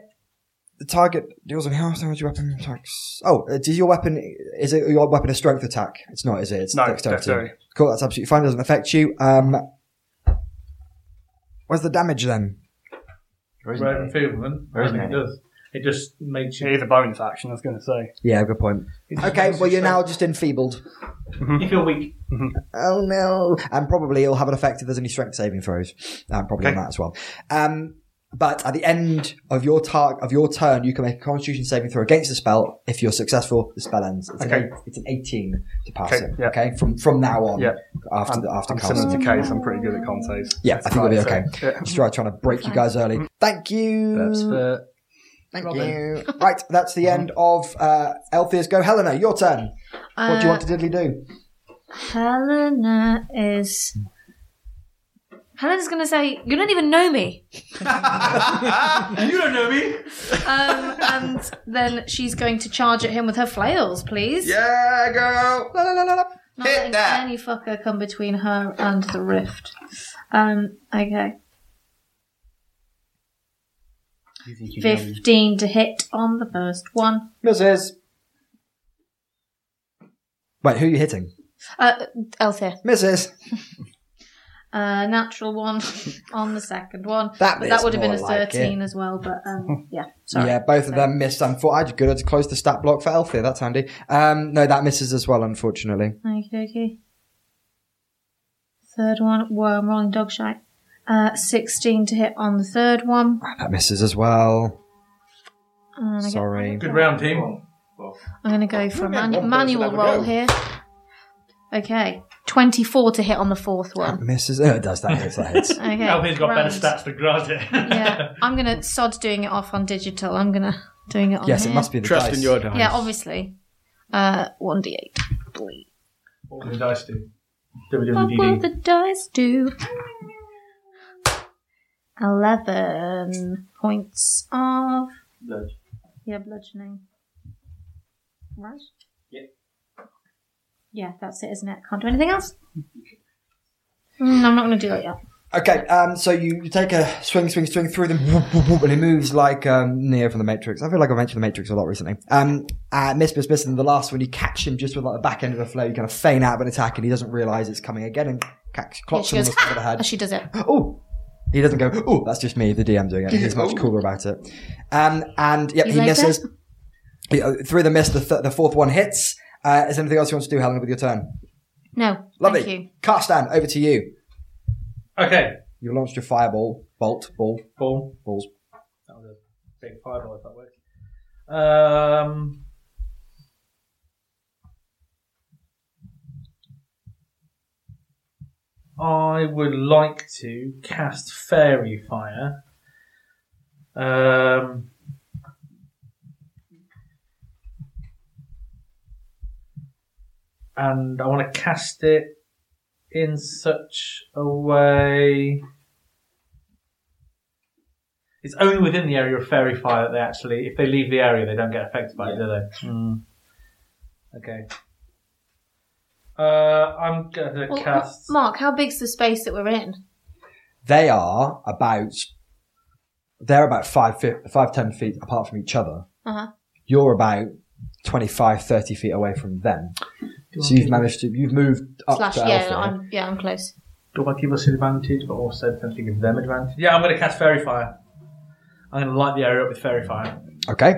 the target deals an half damage weapon attacks. Oh, uh, does your weapon is it your weapon a strength attack? It's not, is it? It's
No,
dexterity.
dexterity.
Cool, that's absolutely fine. Doesn't affect you. Um, where's the damage then?
Rare enfeeblement. I don't think it does. It just makes you.
either bonus action, I was going to say.
Yeah, good point. Okay, well you're now just enfeebled.
You feel weak.
Oh no! And probably it'll have an effect if there's any strength saving throws. Um, probably on that as well. Um, but at the end of your tar- of your turn, you can make a Constitution saving throw against the spell. If you're successful, the spell ends. It's,
Okay.
an, eight, it's an 18 to pass
Okay,
it.
yeah.
Okay, from from now on.
Yeah.
After
I'm,
the, after
I'm
cast.
similar to Case, I'm pretty good at contes.
Yeah, I think it'll be okay.
So, yeah.
Just try- trying to break you guys early. Thank you.
That's for
Thank
Robin.
you. right, that's the end
Mm-hmm.
of uh, Althea's go. Helena, your turn. What do
Uh,
you want to diddly do?
Helena is. Helena's going to say, "You don't even know me,"
you don't know me.
um, and then she's going to charge at him with her flails, please.
Yeah, girl. La, la, la, la, la.
Not
Hit
letting
that.
any fucker come between her and the rift. Um, okay. Fifteen to hit on the first one.
Mrs. Wait, who are you hitting?
Uh, Elthea.
Mrs.
Uh, natural one on the second one.
That
but
bit's
that would have been a
more like
thirteen as well. But um, yeah, sorry.
Yeah, both of them missed. And thought I'd good to close the stat block for Elfia. That's handy. Um, no, that misses as well, unfortunately.
Okie dokie. Third one. Whoa, I'm rolling dog shite. Uh, 16 to hit on the third one.
Ah,
That misses as well.
Oh, And I
Sorry.
Good round, team.
am going to go for a
one
man-
person
manual
have a
roll
go.
here. Okay. 24 to hit on the fourth
That
one.
misses. Oh, it does. That hits. That hits.
Okay.
Alvin's got better
grand.
stats than Grazit.
yeah. I'm going to sod doing it off on digital. I'm going to doing it on
yes, it
here.
must be the
Trust
dice.
in your dice.
Yeah, obviously. Uh, 1d8. Please.
What would the dice do?
What will
WWDD.
the dice do? Eleven points of yeah bludgeoning. Right. Yeah, that's it, isn't it? Can't do anything else. Mm, I'm not going to do
Uh,
that yet.
Okay, um, so you, you take a swing, swing, swing through them, whoop, whoop, whoop, and it moves like um, Neo from the Matrix. I feel like I mentioned the Matrix a lot recently. Um, uh, miss, miss, miss, and the last one, you catch him just with like the back end of the flow. You kind of feign out of an attack, and he doesn't realise it's coming again, and catch,
Yeah,
clocks
she
him on
goes.
the side of the head.
as she does it.
oh he doesn't go oh that's just me the dm doing it he's much cooler about it um, and yep
You
he
like
misses He, uh, through the miss the, th- the fourth one hits uh, is there anything else you want to do Helen with your turn
No.
lovely
Thank you.
Karstan over to you
Okay.
you launched your fireball bolt ball
Ball.
balls
That was a big fireball if that works. Um. I would like to cast Fairy Fire. Um, and I want to cast it in such a way. It's only within the area of fairy fire that they actually, if they leave the area, they don't get affected by it, do they? Okay. Uh, I'm gonna
Well, uh,
cast.
Mark, how big's the space that we're in?
they are about they're about five, fi- five ten feet apart from each other
Uh huh.
you're about 25 30 feet away from them so you've managed to you've moved up
Slash.
to
Yeah,
Alpha.
I'm yeah, I'm close.
Do I give us advantage, but also potentially give them advantage? Yeah, I'm going to cast Fairy Fire. I'm going to light the area up with Fairy Fire.
okay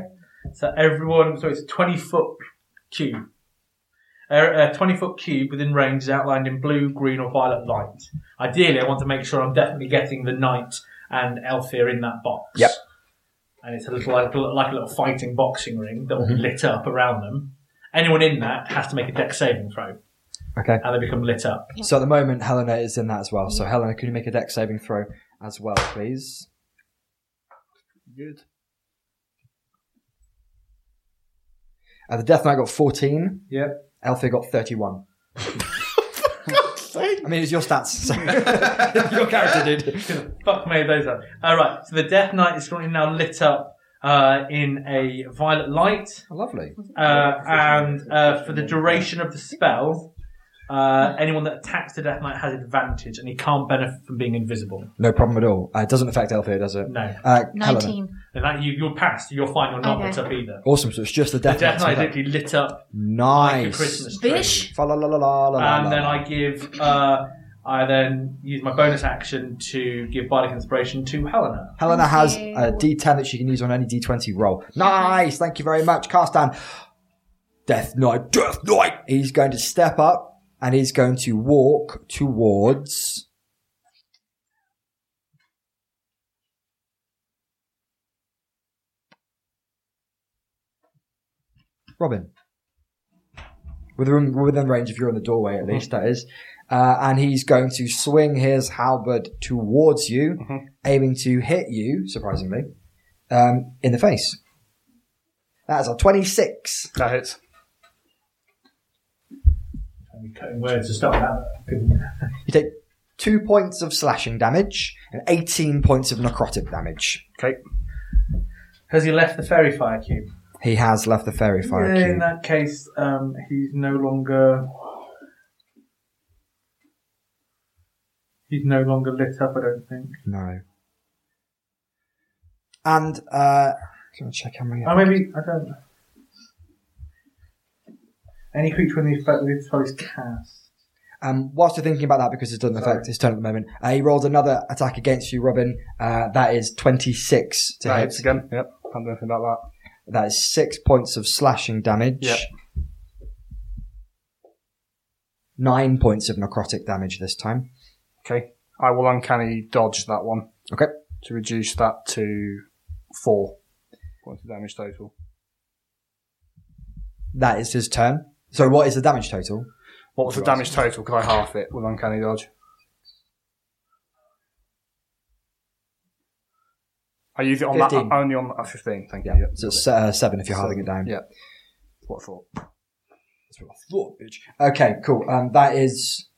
So everyone, so it's a 20 foot cube. A a 20 foot cube within range is outlined in blue, green, or violet light. Ideally, I want to make sure I'm definitely getting the knight and Elfir in that box.
Yep.
and it's a little like, like a little fighting boxing ring that will be lit up around them. Anyone in that has to make a deck saving throw,
Okay.
and they become lit up.
So at the moment, Helena is in that as well. So Helena, could you make a deck saving throw as well, please?
Good.
Uh, the Death Knight got 14.
Yep.
Althea got 31. I mean, it's your stats. So. your character did.
Fuck made those up. All right, so the Death Knight is currently now lit up uh, in a violet light,
Oh, Lovely.
uh, and uh, for the duration of the spell, uh, anyone that attacks the Death Knight has advantage, and he can't benefit from being invisible.
No problem at all. Uh, it doesn't affect Althea, does it?
No,
Uh, Helena.
19.
and that you, you're passed. You're fine. You're not
Okay.
lit up either.
Awesome. So it's just the
The
Death,
Death Knight
Knight.
is literally lit up like a
nice.
Christmas tree.
Bish.
Fa la la la la la la.
and then I give. Uh, I then use my bonus action to give Bardic Inspiration to Helena.
Helena
Thank
has
you.
a D10 that she can use on any D20 roll. Nice, thank you very much, Castan. Death Knight, Death Knight. He's going to step up and he's going to walk towards. Robin. Within, within range, if you're in the doorway at least, that is. Uh, and he's going to swing his halberd towards you, aiming to hit you, surprisingly, um, in the face. That's a 26.
That hits.
I'm cutting words to stop that.
You take two points of slashing damage and 18 points of necrotic damage.
Okay.
Has he left the fairy fire cube?
He has left the fairy fire
Yeah,
cube.
In that case, um, he's no longer. He's no longer lit up, I don't think.
No. And, uh, can I check how many?
Or Oh, maybe, I don't know. Any creature in the effect of the spell is cast.
Um, whilst you're thinking about that, because it doesn't affect his turn at the moment, uh, he rolled another attack against you, Robin. Uh, that is 26 to
That
hit.
hits again. Yep. Can't do anything about
That is six points of slashing damage.
Yep.
Nine points of necrotic damage this time.
that. Okay. I will uncanny dodge that one
Okay.
to reduce that to four points of damage total.
That is his turn. So what is the damage total?
What was the damage total? Could I half it with uncanny dodge? I use it on that
15.
only on uh, fifteen. Thank
Yeah.
you. Yep.
So it's uh, seven if you're halving it down.
Yeah. That's What for?
That's what I thought, bitch. Okay, cool. Um, that is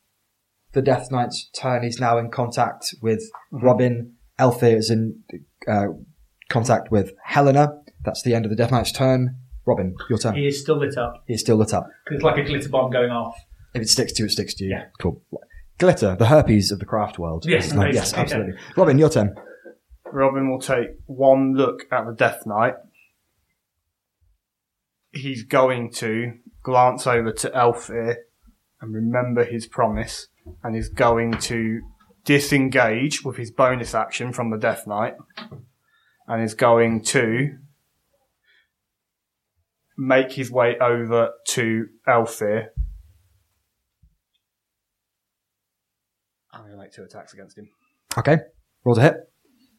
the Death Knight's turn. He's now in contact with
Mm-hmm.
Robin. Althea is in uh, contact with Helena. That's the end of the Death Knight's turn. Robin, your turn.
He is still lit up.
He's still lit up.
It's like a glitter bomb going off.
If it sticks to you, it sticks to you.
Yeah.
Cool. Glitter, the herpes of the craft world.
Yes,
It's not-
basically,
yes, absolutely. Robin, your turn.
Robin will take one look at the Death Knight. He's going to glance over to Elfir and remember his promise, and is going to disengage with his bonus action from the Death Knight, and is going to make his way over to Elfir. I'm going to make two attacks against him.
Okay. Roll to hit.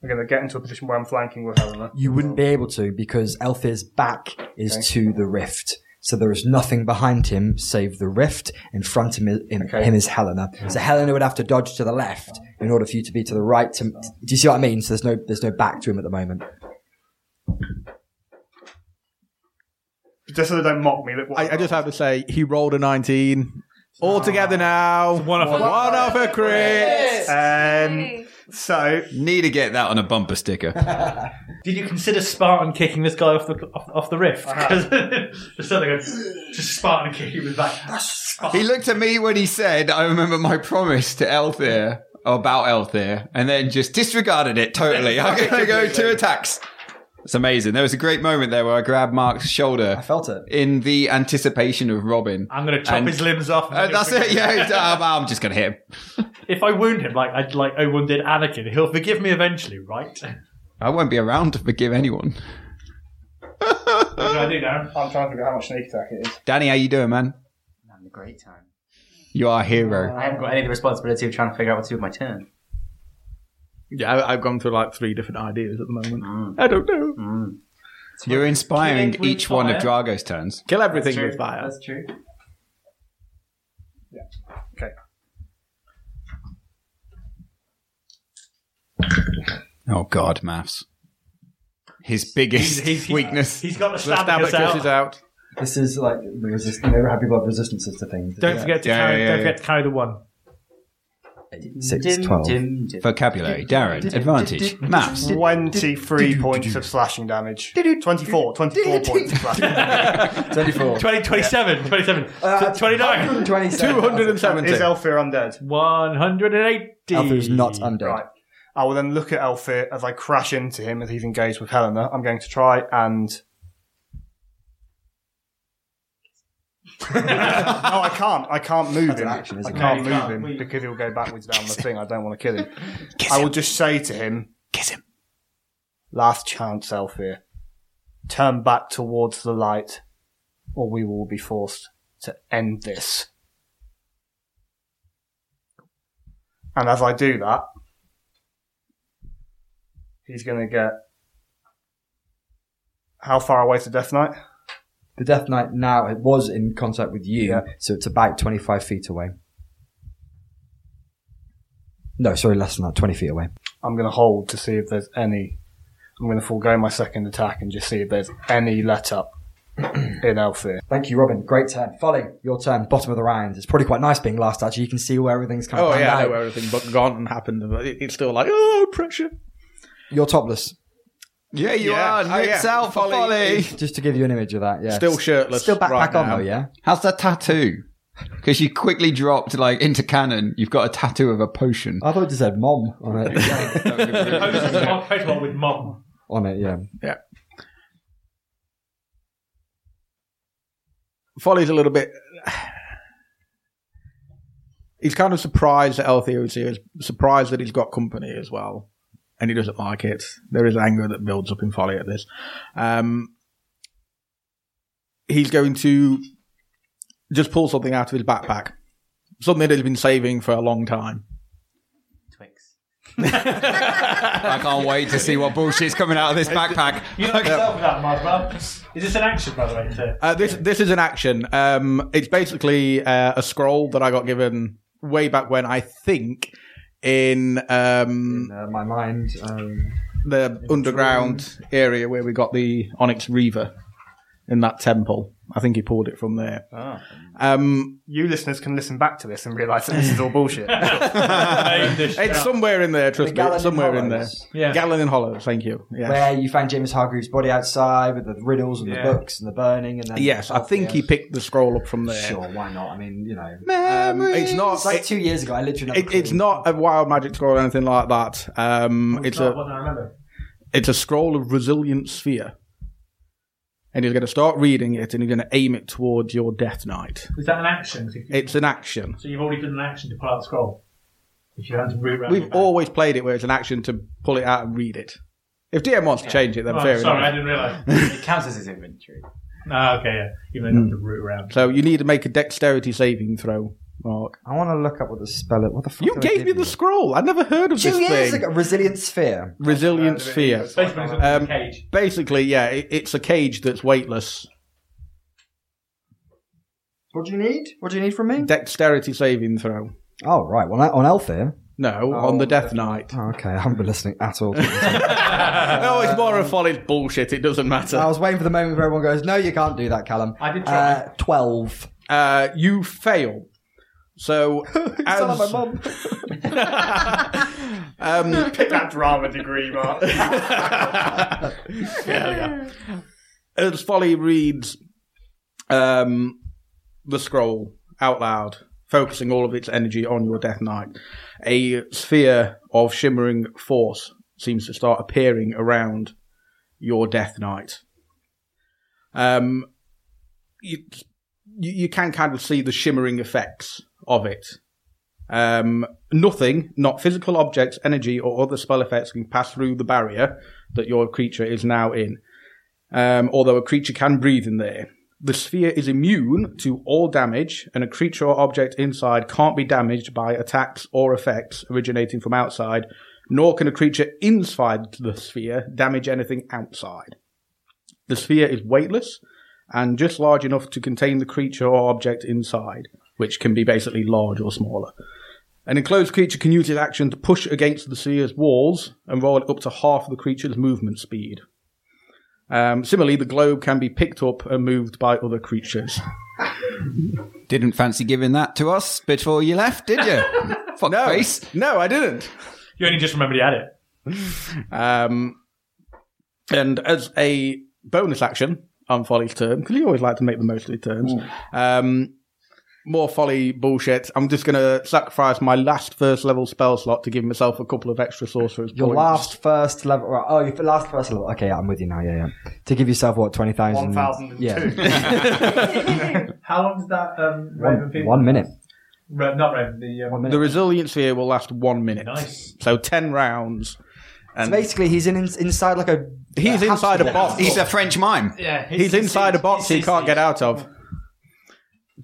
I'm going to get into a position where I'm flanking with Helena.
You wouldn't be able to because Elfir's back is to the rift. So there is nothing behind him save the rift. In front of him, in,
Okay.
him is Helena. So Helena would have to dodge to the left in order for you to be to the right. To, do you see what I mean? So there's no there's no back to him at the moment.
Just so they don't mock me. Look what
I, I just have to say, he rolled a 19. All together now. One off, one off a crit.
Um, so
Need to get that on a bumper sticker.
Did you consider Spartan kicking this guy off the off, off the rift? Because just so they go, just Spartan kick him with that.
he looked at me when he said, I remember my promise to Elthir about Elthir, and then just disregarded it totally. I'm going to go two attacks. It's amazing. There was a great moment there where I grabbed Mark's shoulder
I felt it.
in the anticipation of Robin.
I'm going to chop
And-
his limbs off. and
Uh,
then
that's
he'll
it.
forgive-
Yeah, it's, uh, I'm just going to hit him.
If I wound him like I like I wounded Anakin, he'll forgive me eventually, right?
I won't be around to forgive anyone.
What do I do now?
I'm trying to figure out how much sneak attack it is.
Danny, how you doing, man?
I'm having a great time.
You are a hero.
Uh, I haven't got any of the responsibility of trying to figure out what to do with my turn.
Yeah, I, I've gone through like three different ideas at the moment. I don't know.
You're inspiring
Killing with
each one of
fire.
Drago's turns.
Kill everything with fire.
That's true.
Okay.
Oh God, maths. His biggest weakness.
He's got the
The
stab,
stab
us
at
out.
Chris's out.
This is like the resist- you know, happy blood resistances to things.
Don't forget to carry. don't forget to carry the one.
Six, twelve.
Vocabulary. Darren, advantage. Maps.
23 points of slashing damage. 24, 24 points of slashing damage.
24.
20, 27, 27,
Uh,
29,
270. Is Elfir undead?
180.
Elfir's not undead.
Right. I will then look at Elfir as I crash into him as he's engaged with Helena. I'm going to try and. no, I can't. I can't move him. I
isn't it?
can't
No, you
move
can't.
him
We-
because he'll go backwards down the thing. I don't want to kill him. I will just say to him, kiss him. Last chance, Elfir. Turn back towards the light, or we will be forced to end this. And as I do that, he's going to get. How far away to Death Knight?
The Death Knight now it was in contact with you, so it's about twenty five feet away. No, sorry, less than that, twenty feet away.
I'm going to hold to see if there's any. I'm going to forego my second attack and just see if there's any let up in Elfir.
Thank you, Robin. Great turn. Folly, your turn. Bottom of the round. It's probably quite nice being last, actually. You can see where everything's kind of
Oh
panned
yeah, I
out.
know where everything but gone and happened. and it- It's still like oh pressure.
You're topless.
Yeah,
you are. Nick's out for Oh, Folly.
Just to give you an image of that, yeah.
Still shirtless
Still back,
right
back on
now.
though, yeah.
How's that tattoo? Because you quickly dropped like into canon. You've got a tattoo of a potion.
I thought it just said mom on it.
Oh, I'll play one with mom.
on it, yeah.
Yeah. Folly's a little bit. He's kind of surprised that Eltheo is here. He's surprised that he's got company as well, and he doesn't like it. There is anger that builds up in Folly at this. Um, he's going to just pull something out of his backpack, something that he's been saving for a long time.
I can't wait to see what bullshit's coming out of this backpack.
You know yourself with that, Mark. Is this an action, by the way? Sir?
Uh, this this is an action. Um, it's basically uh, a scroll that I got given way back when. I think in, um,
uh, my mind um,
the underground area where we got the Onyx Reaver in that temple. I think he pulled it from there. Um,
Ah. you listeners can listen back to this and realise that this is all bullshit.
it's somewhere in there. Trust me,
Gallon
it's somewhere in there.
Hollows.
Yeah. Gallon in Hollows. Thank you. Yeah.
Where you found James Hargreaves' body outside with the riddles and
Yeah.
the books and the burning and then
yes, I think he picked the scroll up from there.
Sure, why not? I mean, you know,
Memories. it's not-
Um, It's like two years ago. I literally. never
It, it's not a wild magic scroll or anything like that. Um, it's
Oh,
a
what I remember.
It's a scroll of resilient sphere. And he's going to start reading it and he's going to aim it towards your death knight.
Is that an action? So you-
It's an action.
So you've already done an action to pull out the scroll. If you had to root round.
We've always played it where it's an action to pull it out and read it. If DM wants to change it, then
Oh,
fair
sorry, I
enough.
didn't realise.
It counts as his inventory.
Ah, okay, yeah. You may have to root around.
So you need to make a dexterity saving throw, Mark.
I want to look up what the spell. What the fuck?
You
did Oh, I
gave
give
me the scroll. I never heard of
Two
this
years
thing.
ago, resilient sphere.
Resilient sphere.
Basically, it's a
Um,
cage.
basically, yeah, it, it's a cage that's weightless.
What do you need? What do you need from me?
Dexterity saving throw.
Oh right, well on Elfir.
No, on the Death Knight.
Oh, okay, I haven't been listening at all.
no, it's more of folly's bullshit. It doesn't matter.
I was waiting for the moment where everyone goes, "No, you can't do that, Callum." I
did try.
Uh, Twelve.
Uh, you fail. So, as,
Sound like my mum.
um,
Pick that drama degree, Mark.
as Folly reads um, the scroll out loud, focusing all of its energy on your Death Knight, a sphere of shimmering force seems to start appearing around your Death Knight. Um, you, you, you can kind of see the shimmering effects of it. Um, nothing, not physical objects, energy, or other spell effects can pass through the barrier that your creature is now in. Um, although a creature can breathe in there. The sphere is immune to all damage, and a creature or object inside can't be damaged by attacks or effects originating from outside nor can a creature inside the sphere damage anything outside. The sphere is weightless and just large enough to contain the creature or object inside, which can be basically large or smaller. An enclosed creature can use its action to push against the sphere's walls and roll it up to half the creature's movement speed. Um, similarly, the globe can be picked up and moved by other creatures.
Didn't fancy giving that to us before you left, did you? Fuck no,
No, I didn't.
You only just remembered you had it.
Um, and as a bonus action on Folly's turn, because you always like to make the most of your turns, um, more Folly bullshit. I'm just going to sacrifice my last first level spell slot to give myself a couple of extra sorcerers
Your
points.
last first level. Right, oh, your last first level. Okay, yeah, I'm with you now. Yeah, yeah. To give yourself what twenty thousand.
1,002.
How long does that um, Raven
One,
Fever-
one minute.
Ra- not Raven, the. Um,
The resilience here will last one minute.
Nice.
So ten rounds.
So basically, he's in, inside like a.
He's
a
inside a
house-
box.
He's a French mime.
Yeah,
He's, inside a box he can't get out of.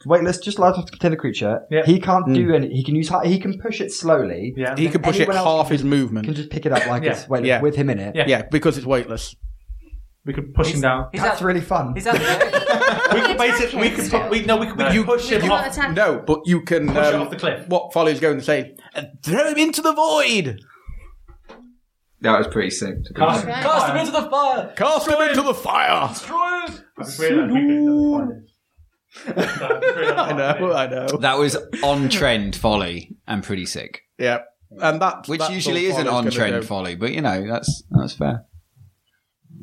Wait, let's just allow him to contain a creature.
Yeah.
He can't
Hmm.
do any. He can use. He can push it slowly.
Yeah.
He can push it
Anyone else
half his movement.
Can just pick it up like
Yeah.
it's weightless
Yeah.
with him in it.
Yeah, because it's weightless.
We could push him down.
That's really fun.
Is that
we could basically. We could. Put, we, no, we could. we
You
could push him
you-
off.
No, but you can
Push it
um,
off the cliff.
What Folly's going to say? "Uh, Throw him into the void.
That was pretty sick. to be
Cast,
fair.
cast him
into the fire!
Cast him into the fire. I know. I know.
That was on trend folly and pretty sick.
Yeah, and that
Which
that's
usually
all
isn't
Folly's
on
gonna
trend
do.
folly, but you know that's that's fair.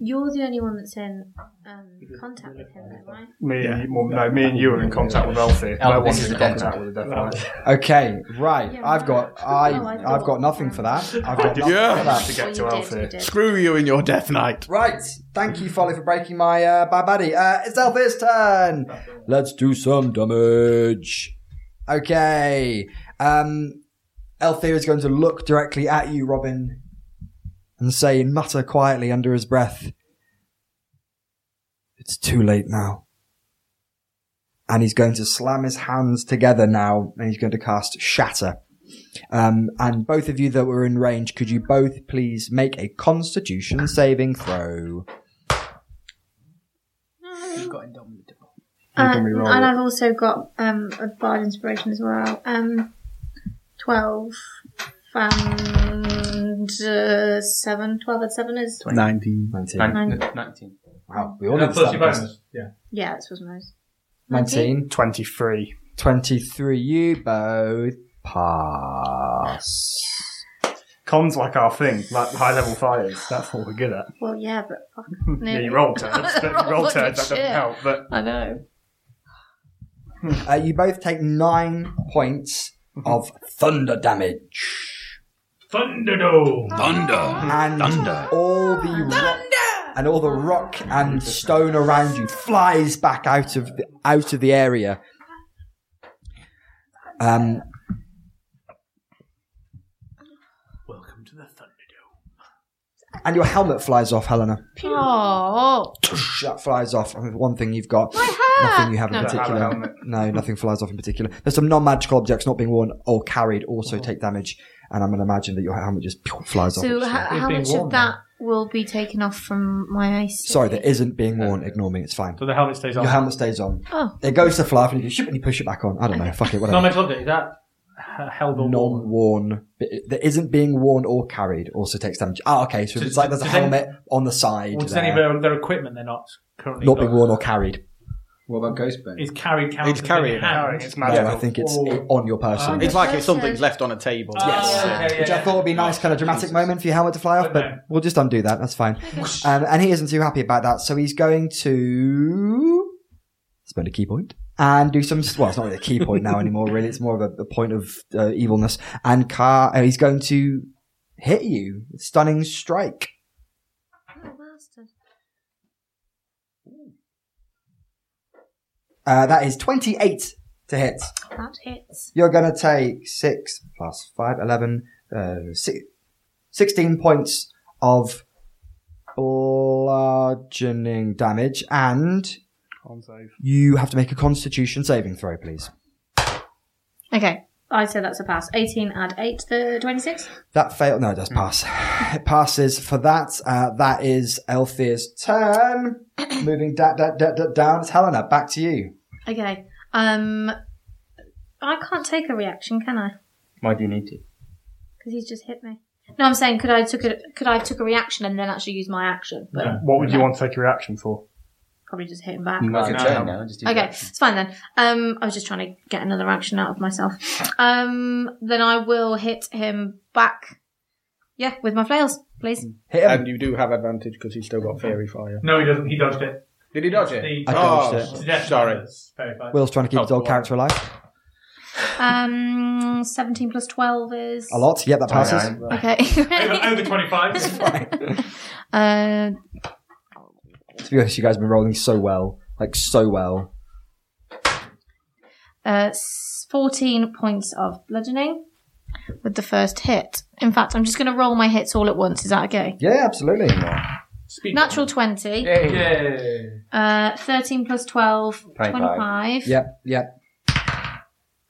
You're the only one that's in um, contact with him, though, right?
Me, and you, well, no, me and you are in contact with Elfie. No one's in contact with the Death Knight.
Okay, right. I've got. I. I've got nothing for that. I've got nothing for
Yeah.
that.
Screw you in your death knight.
Right. Thank you, Folly, for breaking my uh, bad baddie. Uh, it's Elfie's turn. Let's do some damage. Okay. Um, Elfie is going to look directly at you, Robin, and say, and mutter quietly under his breath, It's too late now. And he's going to slam his hands together now, and he's going to cast Shatter. Um, and both of you that were in range, could you both please make a Constitution saving throw?
Uh,
can
and
reroll it.
I've also got um, a bard inspiration as well. Um, twelve and uh, seven. Twelve and seven is
19.
19.
Nine.
Wow, we all
And
need
that's
to
plus
start
your
with this.
bonus. Yeah.
Yeah, this was nice.
19. 23. 23. You both pass.
Com's like our thing, like high level fires. That's what we're good at.
Well, yeah, but fuck.
Yeah, you roll turds, but you roll
Roll
turds, that doesn't
shit.
help. But
I know.
Uh, you both take nine points of thunder damage.
Thunderdome.
Thunder.
And all the rock, and all the rock and stone around you flies back out of the, out of the area. Um,
Welcome to the Thunderdome.
and your helmet flies off, Helena.
Oh,
That flies off. I mean, one thing you've got.
hair!
Nothing you have in
No.
Don't have a
particular.
helmet.
No, nothing flies off in particular. There's some non-magical objects not being worn or carried also take damage, and I'm going to imagine that your helmet just pew, flies off.
so how, how
being
much
warm
of that will be taken off from my ice?
Sorry, that isn't being worn. Ignore me. It's fine.
So the helmet stays on.
Your helmet stays on.
Oh,
It goes to fly off and you, ship and you push it back on. I don't know. Fuck it.
Not
Whatever.
meant to look at it. Is that h- held on?
Non-worn but it- that isn't being worn or carried also takes damage. Ah, okay. So
Does-
it's like there's a
does any-
helmet on the side
Or does
there,
any of their, their equipment they're not currently
not
got-
being worn or carried.
What about Ghostbone?
is carried? carried
It's carried.
It's
No,
magical.
I think it's on your person.
It's like it's something's left on a table.
Yes.
Which I thought would be a nice kind of dramatic moment for your helmet to fly off, but we'll just undo that. That's fine. Um, and he isn't too happy about that, so he's going to spend a key point and do some. Well, it's not really a key point now anymore. Really, it's more of a, a point of uh, evilness. And car, uh, he's going to hit you, stunning strike.
oh, bastard.
Uh, that is twenty-eight to hit.
That hits.
You're going to take six plus five, eleven, uh, si- sixteen points of bludgeoning damage, and you have to make a Constitution saving throw, please.
Okay. I say that's a pass. 18 add 8 to 26.
That failed. No, it does pass. It passes for that. Uh, that is Elthir's turn. Moving da- da- da- da- down. It's Helena. Back to you.
Okay. Um, I can't take a reaction, can I?
Why do you need to?
Because he's just hit me. No, I'm saying could I took a could I took a reaction and then actually use my action? But
What would you want to take your reaction for?
probably just hit him back.
No,
Okay,
no, no, no, just do that.
it's fine then. Um, I was just trying to get another action out of myself. Um, then I will hit him back. Yeah, with my flails, please.
And you do have advantage because he's still got fairy fire.
No, he doesn't. He dodged it.
Did he dodge it?
I dodged
oh,
it.
s- Sorry.
Will's trying to keep his old character alive.
Um, 17 plus 12 is
Mm. A lot. Yep, that passes.
uh, Okay.
over, over 25.
uh,
To be honest, you guys have been rolling so well. Like, so well.
uh, s- 14 points of bludgeoning with the first hit. In fact, I'm just going to roll my hits all at once. Is that okay?
Yeah, absolutely.
Natural 20. Uh, 13 plus 12, 25.
Yep, yep.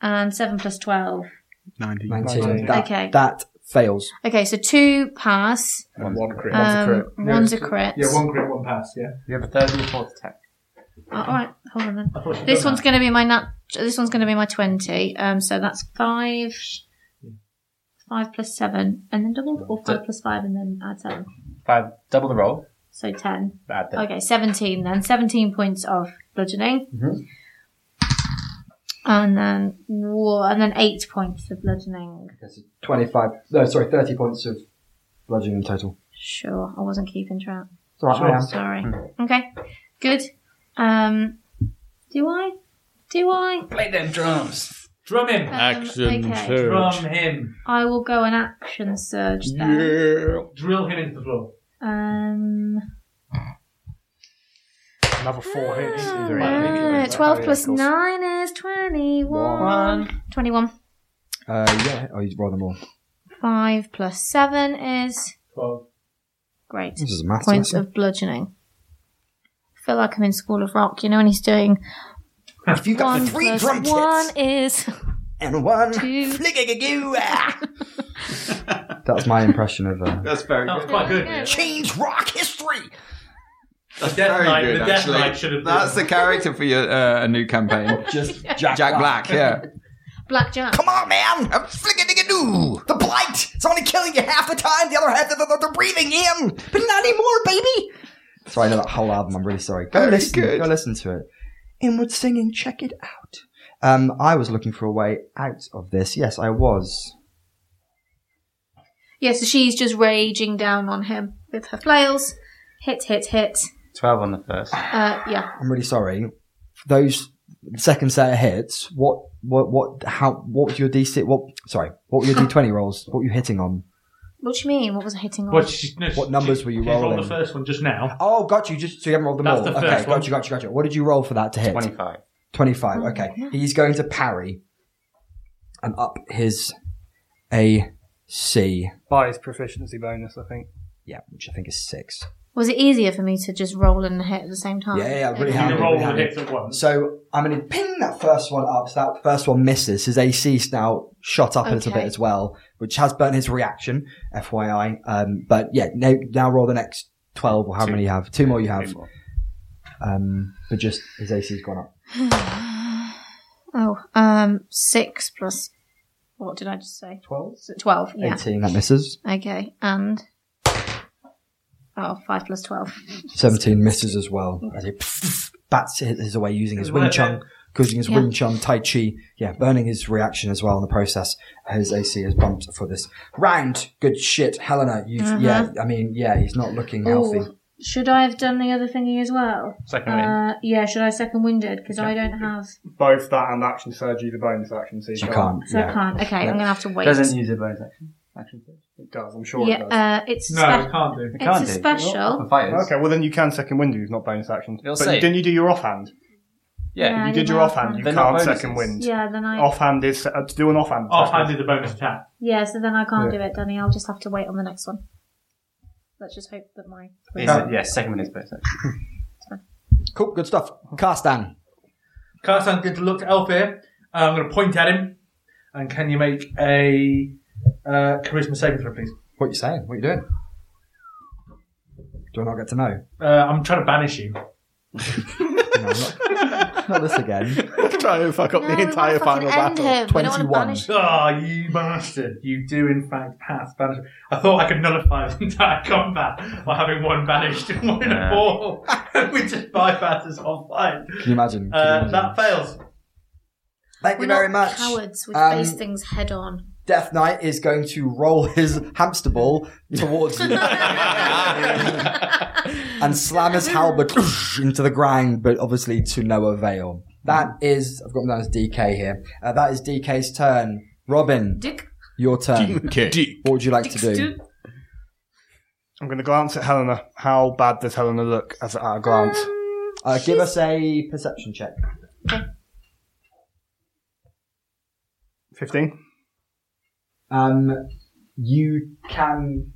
And 7 plus 12.
19.
19. That,
Okay.
that fails.
Okay, so two pass.
And one crit.
Um, One's a crit.
Yeah, one crit, one pass, yeah.
You have a third and a fourth attack.
Oh, all right, hold on
thought you'd
then. This
done
one's
that.
going to be my nat. This one's going to be my twenty. Um, so that's five, five plus seven, and then double, or five plus five, and then add seven.
Five, double the roll.
So ten.
Add them.
Okay, seventeen then. Seventeen points of bludgeoning,
Mhm.
and then whoa, and then eight points of bludgeoning.
25. No, sorry, 30 points of bludgeoning in total.
Sure, I wasn't keeping track.
It's all right, I am.
Sorry. Okay, good. Um, do I? Do I?
Play them drums.
Drum him.
Uh, Action okay. surge.
Drum him.
I will go an action surge then.
Yeah.
Drill him into the floor.
Um,
Another four hits.
uh, 12 plus 9 is 21.
One.
21.
Uh, yeah. Oh, you roll them all.
5 plus 7 is.
12.
Great.
This is a maths
Points
lesson.
of bludgeoning. I feel like I'm in School of Rock, you know, and he's doing.
If you got
one
three
plus
drum kits.
One is.
And one.
Two.
That's my impression of. Uh,
That's very
That was
good.
quite good.
Change rock history. That's
Death
very
Knight-
good,
the Death
actually.
Knight should have been-
That's the character for your uh, a new campaign.
just
Jack, Black. yeah.
Black Jack.
Come on, man! I'm flicking a do! The blight! It's only killing you half the time, the other half they're, they're breathing in! But not anymore, baby!
sorry, I know that whole album. I'm really sorry. Go
Very
listen.
good.
Go listen to it. Inward singing. Check it out. Um, I was looking for a way out of this. Yes, I was.
Yeah, so she's just raging down on him with her flails. Hit, hit, hit.
12 on the first.
Uh, yeah.
I'm really sorry. Those second set of hits. What? What? What? How? What was your DC? What? Sorry. What were your D20 rolls? What were you hitting on?
What do you mean? What was I hitting on?
What, she, no,
What numbers were you rolling?
on the first one just now.
Oh, got you. Just so you haven't rolled them
That's
all.
the
okay,
first one.
got you, got you, got you. What did you roll for that to hit?
25.
25. Okay. He's going to parry and up his AC.
By his proficiency bonus, I think.
Yeah, which I think is six.
Was it easier for me to just roll and hit at the same time?
Yeah, yeah, really
You
happy.
can roll
Really
the
happy.
hits at once.
So I'm going to ping that first one up. So that first one misses. His AC's now shot up a little
Okay.
bit as well, which has burnt his reaction, FYI. Um, but yeah, now, now roll the next 12 or how many you have. Two more you have. Um, but just his AC's gone up.
Oh, um, six plus. What did I just say?
12?
S- Twelve. Yeah.
18, that misses.
Okay, and oh, five plus twelve.
17 misses as well as he bats it his way using his Wing Chun, causing his
Yeah.
Wing Chun Tai Chi. Yeah, burning his reaction as well in the process. His AC is bumped for this round. Good shit, Helena. You,
Mhm.
Yeah, I mean, yeah, he's not looking healthy.
Ooh, should I have done the other thingy as well?
Second wind.
Uh, yeah, should I second winded? Because I don't have,
Both that and action surge, you the bonus action, so you,
You can't.
so
yeah.
I can't. Okay, I'm gonna have to wait.
Doesn't use a bonus action. Action
It does, I'm sure
yeah,
it does.
uh, it's
No,
spe-
it can't do.
it's
can't
a
do. Oh,
special.
fighters.
Okay, well then you can second wind, you've not bonus action.
It'll
but
say it.
didn't you do your offhand?
Yeah, I
you did
did
your
my
offhand,
offhand. Mm.
you
They're not
can't
bonuses.
second wind.
Yeah, then I
Offhand is uh, to do an offhand. attack.
Offhand is a bonus attack.
yeah, so then I can't
Yeah.
do it, Danny. I'll just have to wait on the next one. Let's just hope that my
yes, second one is bonus action.
Cool, good stuff. Castan.
Carson going to look to Elf here. Uh, I'm going to point at him. And can you make a uh, charisma saving throw, please?
What are you saying? What are you doing? Do I not get to know?
Uh, I'm trying to banish you.
Not this again.
Try and fuck
up the No, we wanna entire fucking final end battle. him. We don't wanna 21. banish him.
Ah, you bastard! You do in fact pass banish. I thought I could nullify the entire combat by having one banished and one in a
Yeah.
ball. we just bypass this whole fight.
Can you imagine? Can you
Uh,
imagine?
that fails.
Thank
We're
you very
not
much.
cowards. We
Um,
face things head on.
Death Knight is going to roll his hamster ball towards you and slam his halberd into the ground, but obviously to no avail. That is, I've got him down as DK here. Uh, that is DK's turn. Robin,
Dick.
your turn. What would you like to do?
I'm going to glance at Helena. How bad does Helena look as at our glance?
Uh, give us a perception check.
15.
Um, you can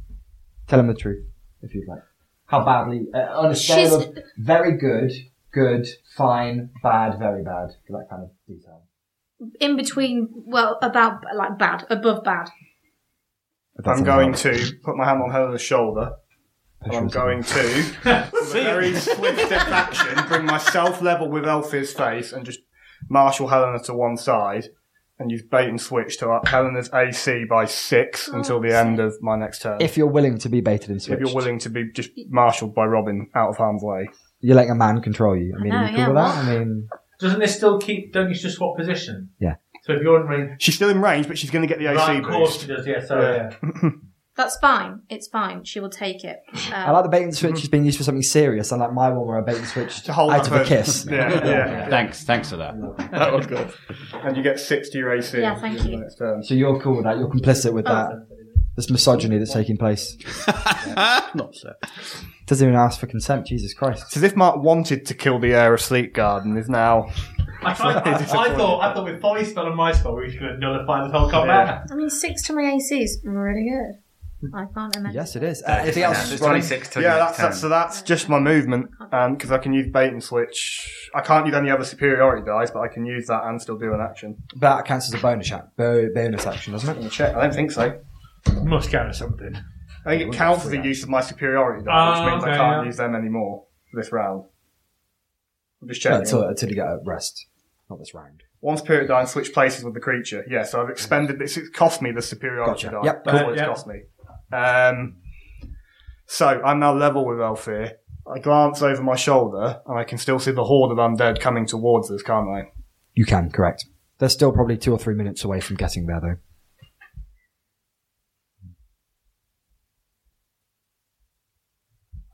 tell him the truth if you'd like. How badly? Uh, on a scale
She's-
of very good, good, fine, bad, very bad. That kind of detail.
In between, well, about like bad, above bad.
I'm going to put my hand on Helena's shoulder. And I'm going to, with a very swift step action, bring myself level with Elfie's face and just marshal Helena to one side and use bait and switch to up Helena's AC by six
Oh,
until the end of my next turn.
If you're willing to be baited and
if
switched,
you're willing to be just marshalled by Robin out of harm's way.
you're letting a man control you. I mean,
know,
are you cool
yeah,
with that?
what? Uh,
I mean,
Doesn't this still keep? Don't you just swap position?
Yeah.
So if you're in range,
She's still in range, but she's going to get the AC
Right, of
boost.
course she does, yeah, sorry,
That's fine. It's fine. She will take it. Um,
I like the bait and switch has been used for something serious, unlike my one where I bait and switched out of a kiss.
Thanks, thanks for that.
that was good. And you get six to your AC.
Yeah, thank you.
So you're cool with that? You're complicit with
Oh.
that? This misogyny that's taking place.
Not so.
Doesn't even ask for consent. Jesus Christ.
It's as if Mark wanted to kill the air of Sleep Garden is now.
I, tried, I, I thought I thought with Polly's spell and my spell we were going to nullify this whole combat.
I mean, six to my AC is really good. I can't imagine.
Yes, it is. Uh,
Yeah.
anything else?
Yeah,
Ronnie?
yeah, that's, that's so that's just my movement, and because I can use bait and switch, I can't use any other superiority dice, but I can use that and still do an action.
But that counts as a bonus action, bonus action, doesn't it?
Let me check. I don't think so.
Must count as something.
I think it counts as the use of my superiority dice,
Ah,
which means I
okay,
can't
yeah.
use them anymore this round. I'm just
No,
checking.
until, until you get a rest, not this round.
One superiority die and switch places with the creature. Yeah, so I've expended this. It's cost me the superiority
Gotcha.
die.
Yep,
That's
cool.
what it's
Yep.
cost me. Um, so I'm now level with Elfir. I glance over my shoulder and I can still see the horde of undead coming towards us, can't I?
You can, correct. They're still probably two or three minutes away from getting there, though.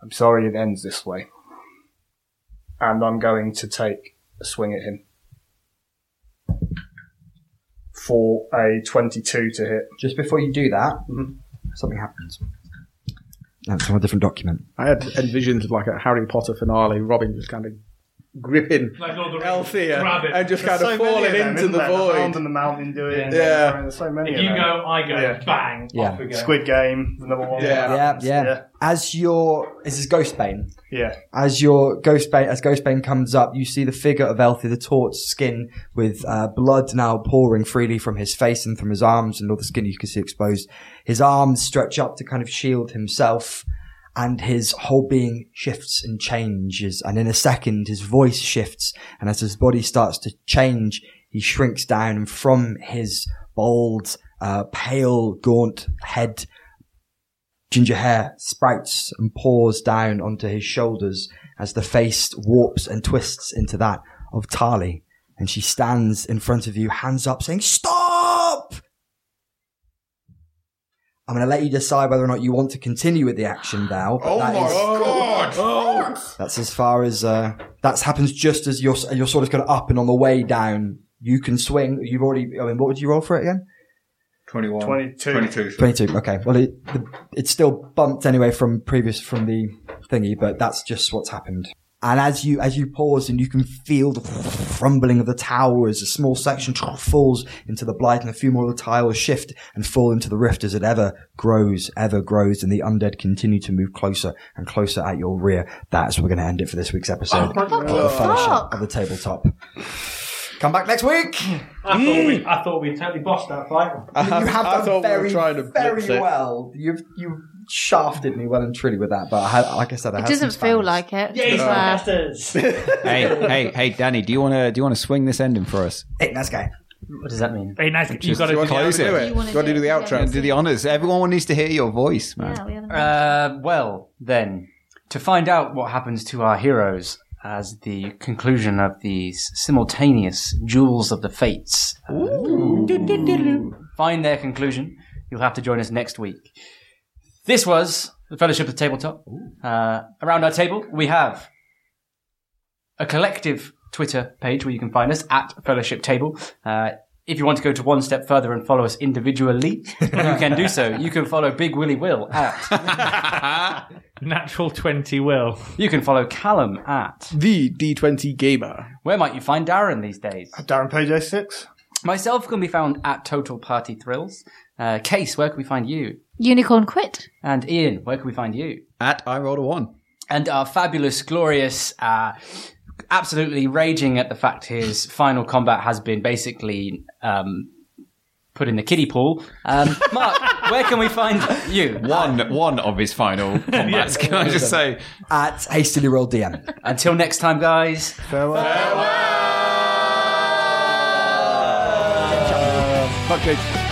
I'm sorry it ends this way. And I'm going to take a swing at him. For a 22 to hit.
Just before you do that, something happens. That's from a different document.
I had envisions of like a Harry Potter finale, Robin just kind of gripping
Like Lord of the Rings.
Althea
Grab it.
and just kind
There's
of
so many
falling
of them,
into
isn't
the
there? The
void.
Hound and the Mountain do it.
Yeah.
There's so many.
If
of
you
them.
go, I go.
Yeah.
Bang. Off we go.
Squid Game, another one.
Yeah, yeah. As your this is Ghostbane.
Yeah.
As your Ghostbane as Ghostbane comes up, you see the figure of Elthi, the taut skin with uh, blood now pouring freely from his face and from his arms, and all the skin you can see exposed. His arms stretch up to kind of shield himself, and his whole being shifts and changes. And in a second, his voice shifts, and as his body starts to change, he shrinks down, and from his bald, uh, pale, gaunt head Ginger hair sprouts and pours down onto his shoulders as the face warps and twists into that of Tali. And she stands in front of you, hands up, saying, Stop! I'm going to let you decide whether or not you want to continue with the action now. but
Oh
that
my
is-
god!
that's as far as uh, that happens. Just as you're you're sort of going up and on the way down, you can swing. You've already. I mean, what would you roll for it again?
21.
22.
22.
Twenty-two. Okay. Well, it, the, it's still bumped anyway from previous from the thingy, but that's just what's happened. And as you as you pause and you can feel the rumbling of the towers, a small section falls into the blight, and a few more of the tiles shift and fall into the rift as it ever grows, ever grows, and the undead continue to move closer and closer at your rear. That's where we're going to end it for this week's episode
Oh my
of the
God.
Fellowship of the Tabletop. Come back next week.
I thought,
Mm.
we, I thought we totally bossed that fight.
you have done very, very well. You've you shafted me well and truly with that, but I had, like I said, I
It
had some
doesn't feel like it. to be
Yes,
fair.
hey, hey, hey, Danny, do you want to do you want to swing this ending for us?
Hey, nice guy.
What does that mean?
Hey, nice guy. You
Just
gotta do the
close
outro.
it.
You wanna Gotta do do
do
it,
the
yeah.
outro. Do the honors. Everyone needs to hear your voice, man.
Uh, well, then, to find out what happens to our heroes as the conclusion of these simultaneous duels of the fates, uh, find their conclusion. You'll have to join us next week. This was the Fellowship of the Tabletop. Uh, around our table, we have a collective Twitter page where you can find us at Fellowship Table. Uh, if you want to go to one step further and follow us individually, you can do so. You can follow Big Willy Will at Natural 20 Will. You can follow Callum at The D20 Gamer. Where might you find Darren these days?
Darren Page 6.
Myself can be found at Total Party Thrills. Uh, Case, where can we find you?
Unicorn quit.
And Ian, where can we find you? At I rolled a one. And our fabulous, glorious, uh, absolutely raging at the fact his final combat has been basically um, put in the kiddie pool. Um, Mark, where can we find you? One, one of his final
combats, can I just say?
At hastily rolled DM.
Until next time, guys.
Farewell.
Farewell.
Fuck, Jake.